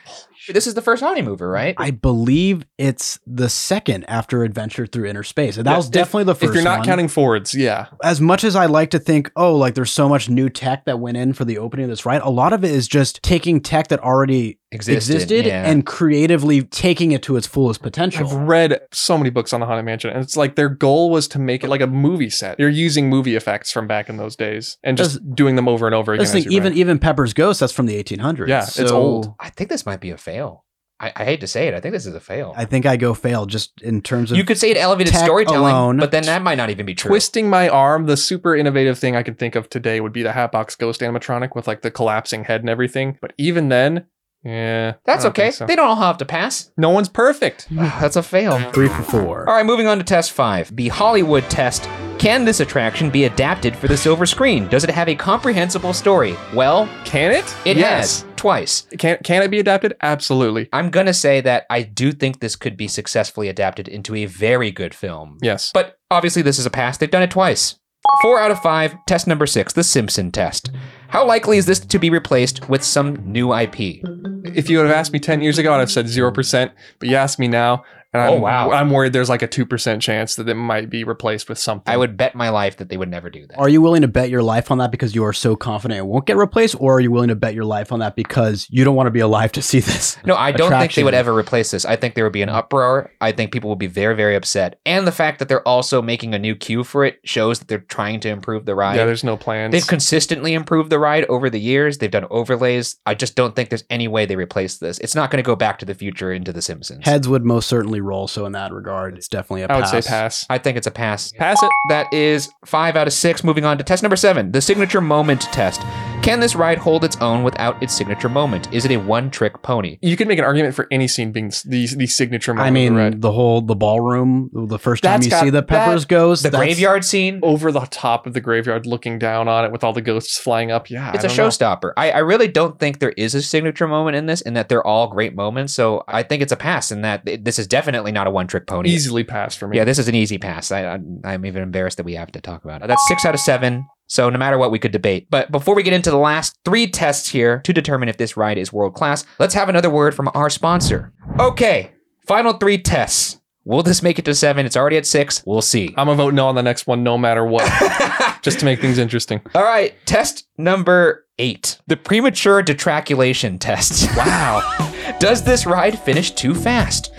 [SPEAKER 1] this is the first Omni mover, right?
[SPEAKER 2] I believe it's the second after Adventure Through Inner Space. And that
[SPEAKER 3] Yeah,
[SPEAKER 2] was definitely the first
[SPEAKER 3] If you're not
[SPEAKER 2] one.
[SPEAKER 3] counting forwards, yeah.
[SPEAKER 2] As much as I like to think, oh, like there's so much new tech that went in for the opening of this ride, a lot of it is just taking tech that already existed,
[SPEAKER 1] yeah.
[SPEAKER 2] and creatively taking it to its fullest potential.
[SPEAKER 3] I've read so many books on the Haunted Mansion, and it's like their goal was to make it like a movie set. They're using movie effects from back in those days and just doing them over and over again.
[SPEAKER 2] This thing,
[SPEAKER 3] as you
[SPEAKER 2] even
[SPEAKER 3] ride.
[SPEAKER 2] even Pepper's Ghost, that's from the 1800s.
[SPEAKER 3] Yeah, it's old.
[SPEAKER 1] I think this might be a fail. I, I hate to say it. I think this is a fail.
[SPEAKER 2] I think I go fail just in terms of
[SPEAKER 1] you could say it elevated
[SPEAKER 2] tech
[SPEAKER 1] storytelling,
[SPEAKER 2] alone.
[SPEAKER 1] but then that might not even be true.
[SPEAKER 3] twisting my arm, the super innovative thing I could think of today would be the Hatbox Ghost animatronic with like the collapsing head and everything. But even then, yeah,
[SPEAKER 1] That's
[SPEAKER 3] I don't
[SPEAKER 1] okay.
[SPEAKER 3] think so.
[SPEAKER 1] They don't all have to pass.
[SPEAKER 3] no one's perfect.
[SPEAKER 1] Ugh, That's a fail.
[SPEAKER 2] three for four.
[SPEAKER 1] All right, moving on to test five the Hollywood test. Can this attraction be adapted for the silver screen? Does it have a comprehensible story? Well,
[SPEAKER 3] Can it?
[SPEAKER 1] it
[SPEAKER 3] yes.
[SPEAKER 1] has twice.
[SPEAKER 3] Can can it be adapted? Absolutely.
[SPEAKER 1] I'm going to say that I do think this could be successfully adapted into a very good film.
[SPEAKER 3] Yes.
[SPEAKER 1] But obviously, this is a pass. They've done it twice. Four out of five, test number six, the Simpson test. How likely is this to be replaced with some new IP?
[SPEAKER 3] If you would have asked me ten years ago, I'd have said zero percent. But you asked me now, and And
[SPEAKER 1] Oh,
[SPEAKER 3] I'm,
[SPEAKER 1] wow.
[SPEAKER 3] I'm worried there's like a 2% chance that it might be replaced with something.
[SPEAKER 1] I would bet my life that they would never do that.
[SPEAKER 2] Are you willing to bet your life on that because you are so confident it won't get replaced, or are you willing to bet your life on that because you don't want to be alive to see this?
[SPEAKER 1] No, I don't think they
[SPEAKER 2] Attraction.
[SPEAKER 1] would ever replace this. I think there would be an uproar. I think people would be very, very upset. And the fact that they're also making a new queue for it shows that they're trying to improve the ride.
[SPEAKER 3] Yeah, there's no plans.
[SPEAKER 1] They've consistently improved the ride over the years. They've done overlays. I just don't think there's any way they replace this. It's not going to go back to the future into The Simpsons.
[SPEAKER 2] Heads would most certainly roll, so in that regard, it's definitely a
[SPEAKER 3] I would
[SPEAKER 2] pass.
[SPEAKER 3] say pass.
[SPEAKER 1] I think it's a pass.
[SPEAKER 3] Pass it.
[SPEAKER 1] That is five out of six. Moving on to test number seven, the signature moment test. Can this ride hold its own without its signature moment? Is it a one trick pony?
[SPEAKER 3] You can make an argument for any scene being s- the, the signature moment.
[SPEAKER 2] I
[SPEAKER 3] of the
[SPEAKER 2] mean,
[SPEAKER 3] ride.
[SPEAKER 2] the whole the ballroom, the first time
[SPEAKER 3] That's
[SPEAKER 2] you
[SPEAKER 3] got-
[SPEAKER 2] see the Peppers
[SPEAKER 3] that-
[SPEAKER 2] Ghost,
[SPEAKER 1] The
[SPEAKER 2] that's-
[SPEAKER 1] graveyard scene?
[SPEAKER 3] over the top of the graveyard, looking down on it with all the ghosts flying up. Yeah,
[SPEAKER 1] It's
[SPEAKER 3] a
[SPEAKER 1] a showstopper. I, I really don't think there is a signature moment in this, and that they're all great moments. So I think it's a pass, in that th- this is definitely not a one trick pony.
[SPEAKER 3] Easily pass for me.
[SPEAKER 1] Yeah, this is an easy pass. I, I, I'm even embarrassed that we have to talk about it. That's six out of seven. So no matter what, we could debate. But before we get into the last three tests here to determine if this ride is world class, let's have another word from our sponsor. Okay, final three tests. Will this make it to seven? It's already at six. We'll see.
[SPEAKER 3] I'm gonna vote no on the next one, no matter what, just to make things interesting.
[SPEAKER 1] All right, test number eight the premature detraculation test. Wow. Does this ride finish too fast?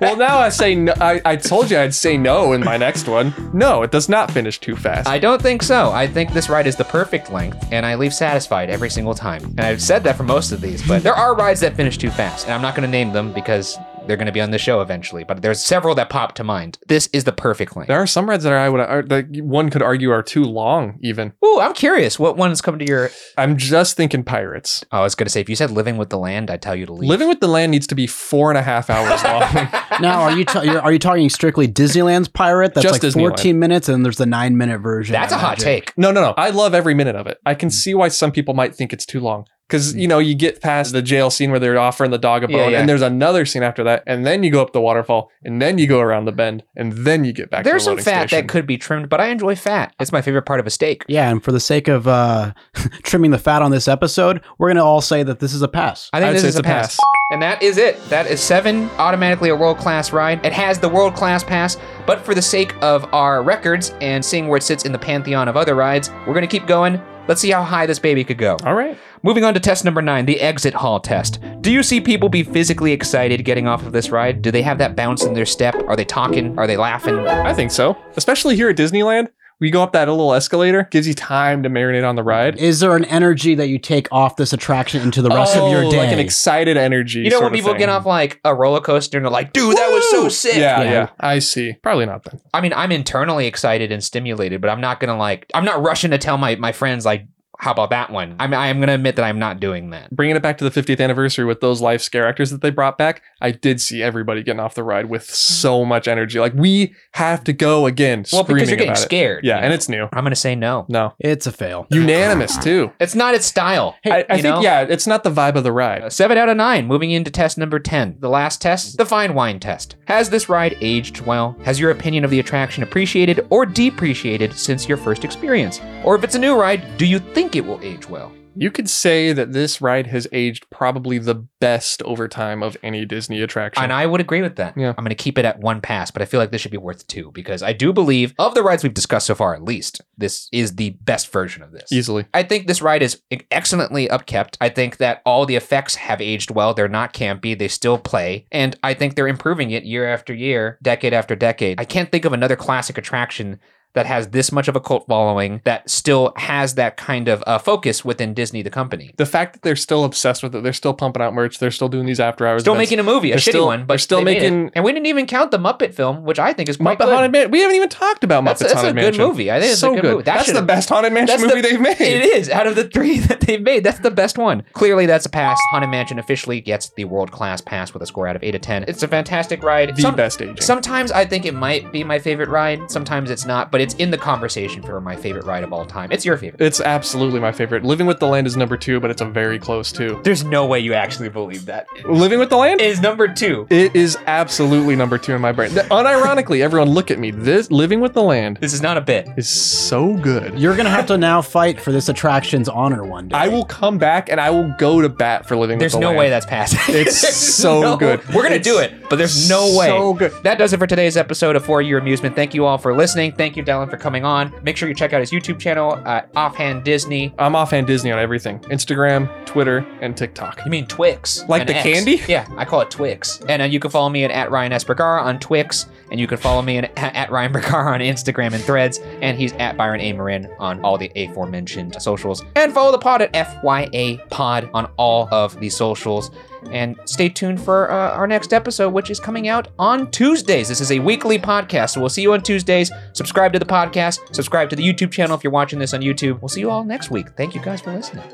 [SPEAKER 3] Well, now I say no. I, I told you I'd say no in my next one. No, it does not finish too fast.
[SPEAKER 1] I don't think so. I think this ride is the perfect length, and I leave satisfied every single time. And I've said that for most of these, but there are rides that finish too fast, and I'm not going to name them because they're going to be on the show eventually. But there's several that pop to mind. This is the perfect length.
[SPEAKER 3] there are some rides that I would are, that one could argue are too long. Even
[SPEAKER 1] Ooh, I'm curious. What ones come to your?
[SPEAKER 3] I'm just thinking pirates.
[SPEAKER 1] Oh, I was going to say if you said living with the land, I'd tell you to leave.
[SPEAKER 3] Living with the land needs to be four and a half hours long.
[SPEAKER 2] Now, are you ta- you're- are you talking strictly Disneyland's pirate? That's like
[SPEAKER 3] Just Disneyland.
[SPEAKER 2] 14 minutes, and there's the nine minute version.
[SPEAKER 1] That's a
[SPEAKER 2] I
[SPEAKER 1] hot
[SPEAKER 2] imagine.
[SPEAKER 1] take.
[SPEAKER 3] No, no, no. I love every minute of it. I
[SPEAKER 1] Hmm.
[SPEAKER 3] can see why some people might think it's too long. Because, you know, you get past the jail scene where they're offering the dog a
[SPEAKER 1] Yeah,
[SPEAKER 3] bone,
[SPEAKER 1] yeah.
[SPEAKER 3] and there's another scene after that, and then you go up the waterfall, and then you go around the bend, and then you get back
[SPEAKER 1] There's
[SPEAKER 3] to the
[SPEAKER 1] some
[SPEAKER 3] loading
[SPEAKER 1] fat
[SPEAKER 3] station.
[SPEAKER 1] that could be trimmed, but I enjoy fat. It's my favorite part of a steak.
[SPEAKER 2] Yeah, and for the sake of uh, trimming the fat on this episode, we're gonna all say that this is a pass.
[SPEAKER 1] I think
[SPEAKER 3] I'd
[SPEAKER 1] this
[SPEAKER 3] say
[SPEAKER 1] is
[SPEAKER 3] it's
[SPEAKER 1] a
[SPEAKER 3] a
[SPEAKER 1] pass.
[SPEAKER 3] pass.
[SPEAKER 1] And that is it. That is seven, automatically a world class ride. It has the world class pass, but for the sake of our records and seeing where it sits in the pantheon of other rides, we're going to keep going. Let's see how high this baby could go.
[SPEAKER 3] All right.
[SPEAKER 1] Moving on to test number nine, the exit hall test. Do you see people be physically excited getting off of this ride? Do they have that bounce in their step? Are they talking? Are they laughing?
[SPEAKER 3] I think so. Especially here at Disneyland. We go up that little escalator, gives you time to marinate on the ride.
[SPEAKER 2] Is there an energy that you take off this attraction into the rest of your
[SPEAKER 3] Oh,
[SPEAKER 2] day?
[SPEAKER 3] Like an excited energy.
[SPEAKER 1] You know
[SPEAKER 3] sort
[SPEAKER 1] when
[SPEAKER 3] of
[SPEAKER 1] people
[SPEAKER 3] thing.
[SPEAKER 1] get off like a roller coaster and they're like, dude, that was so
[SPEAKER 3] Woo!
[SPEAKER 1] sick.
[SPEAKER 3] Yeah,
[SPEAKER 2] Yeah.
[SPEAKER 3] yeah, I see. Probably not then.
[SPEAKER 1] I mean, I'm internally excited and stimulated, but I'm not gonna like. I'm not rushing to tell my my friends like, how about that one? I'm I am gonna admit that I'm not doing that.
[SPEAKER 3] Bringing it back to the 50th anniversary with those life scare actors that they brought back, I did see everybody getting off the ride with so much energy. Like, we have to go again.
[SPEAKER 1] Hmm. Well, because
[SPEAKER 3] screaming
[SPEAKER 1] you're getting
[SPEAKER 3] about it.
[SPEAKER 1] scared.
[SPEAKER 3] Yeah, and it's new.
[SPEAKER 1] I'm gonna say no.
[SPEAKER 3] No.
[SPEAKER 2] it's a fail.
[SPEAKER 3] Unanimous, too.
[SPEAKER 1] It's not its style.
[SPEAKER 3] I, I
[SPEAKER 1] you
[SPEAKER 3] think,
[SPEAKER 1] know? Uh,
[SPEAKER 3] yeah, it's not the vibe of the ride.
[SPEAKER 1] Seven out of nine. Moving into test number ten, the last test, the fine wine test. Has this ride aged well? Has your opinion of the attraction appreciated or depreciated since your first experience? Or if it's a new ride, do you think it will age well?
[SPEAKER 3] You could say that this ride has aged probably the best over time of any Disney attraction.
[SPEAKER 1] And I would agree with that.
[SPEAKER 3] Yeah.
[SPEAKER 1] I'm going to keep it at one pass, but I feel like this should be worth two because I do believe, of the rides we've discussed so far, at least, this is the best version of this.
[SPEAKER 3] Easily.
[SPEAKER 1] I think this ride is e-, excellently upkept. I think that all the effects have aged well. They're not campy, they still play. And I think they're improving it year after year, decade after decade. I can't think of another classic attraction that has this much of a cult following that still has that kind of uh, focus within Disney, the company.
[SPEAKER 3] The fact that they're still obsessed with it, they're still pumping out merch, they're still doing these after hours.
[SPEAKER 1] Still
[SPEAKER 3] events.
[SPEAKER 1] making a movie, a
[SPEAKER 3] They're
[SPEAKER 1] shitty
[SPEAKER 3] still-
[SPEAKER 1] one,
[SPEAKER 3] they're
[SPEAKER 1] but
[SPEAKER 3] still
[SPEAKER 1] they made it.
[SPEAKER 3] making-
[SPEAKER 1] And we didn't even count the Muppet film, which I think is quite
[SPEAKER 3] Muppet
[SPEAKER 1] good.
[SPEAKER 3] Haunted Mansion. We haven't even talked about
[SPEAKER 1] That's-
[SPEAKER 3] Muppet
[SPEAKER 1] that's a
[SPEAKER 3] Haunted
[SPEAKER 1] good
[SPEAKER 3] Mansion.
[SPEAKER 1] movie. I think it's a
[SPEAKER 3] so
[SPEAKER 1] good movie. That
[SPEAKER 3] That's the
[SPEAKER 1] should've-
[SPEAKER 3] best Haunted Mansion movie
[SPEAKER 1] the-
[SPEAKER 3] they've made.
[SPEAKER 1] It is out of the three that they've made. That's the best one. Clearly, that's a pass. Haunted Mansion officially gets the world class pass with a score out of eight of ten. It's a fantastic ride.
[SPEAKER 3] The
[SPEAKER 1] Some-
[SPEAKER 3] best aging.
[SPEAKER 1] Sometimes I think it might be my favorite ride. Sometimes it's not, but it's in the conversation for my favorite ride of all time. It's your favorite.
[SPEAKER 3] It's absolutely my favorite. Living with the Land is number two, but it's a very close two.
[SPEAKER 1] There's no way you actually believe that.
[SPEAKER 3] Living with the Land?
[SPEAKER 1] Is number two.
[SPEAKER 3] It is absolutely number two in my brain. Th- Unironically, everyone look at me. This Living with the Land
[SPEAKER 1] This is not a bit.
[SPEAKER 3] is so good.
[SPEAKER 2] You're gonna have to now fight for this attraction's honor one day.
[SPEAKER 3] I will come back and I will go to bat for Living
[SPEAKER 1] There's
[SPEAKER 3] with the
[SPEAKER 1] no
[SPEAKER 3] Land.
[SPEAKER 1] way that's passing.
[SPEAKER 3] It's
[SPEAKER 1] There's
[SPEAKER 3] so
[SPEAKER 1] no-
[SPEAKER 3] good.
[SPEAKER 1] We're gonna do
[SPEAKER 3] It's
[SPEAKER 1] it, but there's no way.
[SPEAKER 3] so good.
[SPEAKER 1] That does it for today's episode of Four Year Amusement. Thank you all for listening. Thank you, Dylan, for coming on. Make sure you check out his YouTube channel, uh, Offhand Disney.
[SPEAKER 3] I'm offhand Disney on everything Instagram, Twitter, and TikTok.
[SPEAKER 1] You mean Twix?
[SPEAKER 3] Like
[SPEAKER 1] an
[SPEAKER 3] the candy?
[SPEAKER 1] Yeah, I call it Twix. And uh, you can follow me at, at Ryan S. Bergara on Twix, and you can follow me at, at Ryan Bergara on Instagram and Threads, and he's at Byron A. Marin on all the aforementioned socials. And follow the pod at FYA Pod on all of the socials. And stay tuned for uh, our next episode, which is coming out on Tuesdays. This is a weekly podcast, so we'll see you on Tuesdays. Subscribe to the podcast, subscribe to the YouTube channel if you're watching this on YouTube. We'll see you all next week. Thank you guys for listening.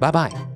[SPEAKER 1] Bye bye.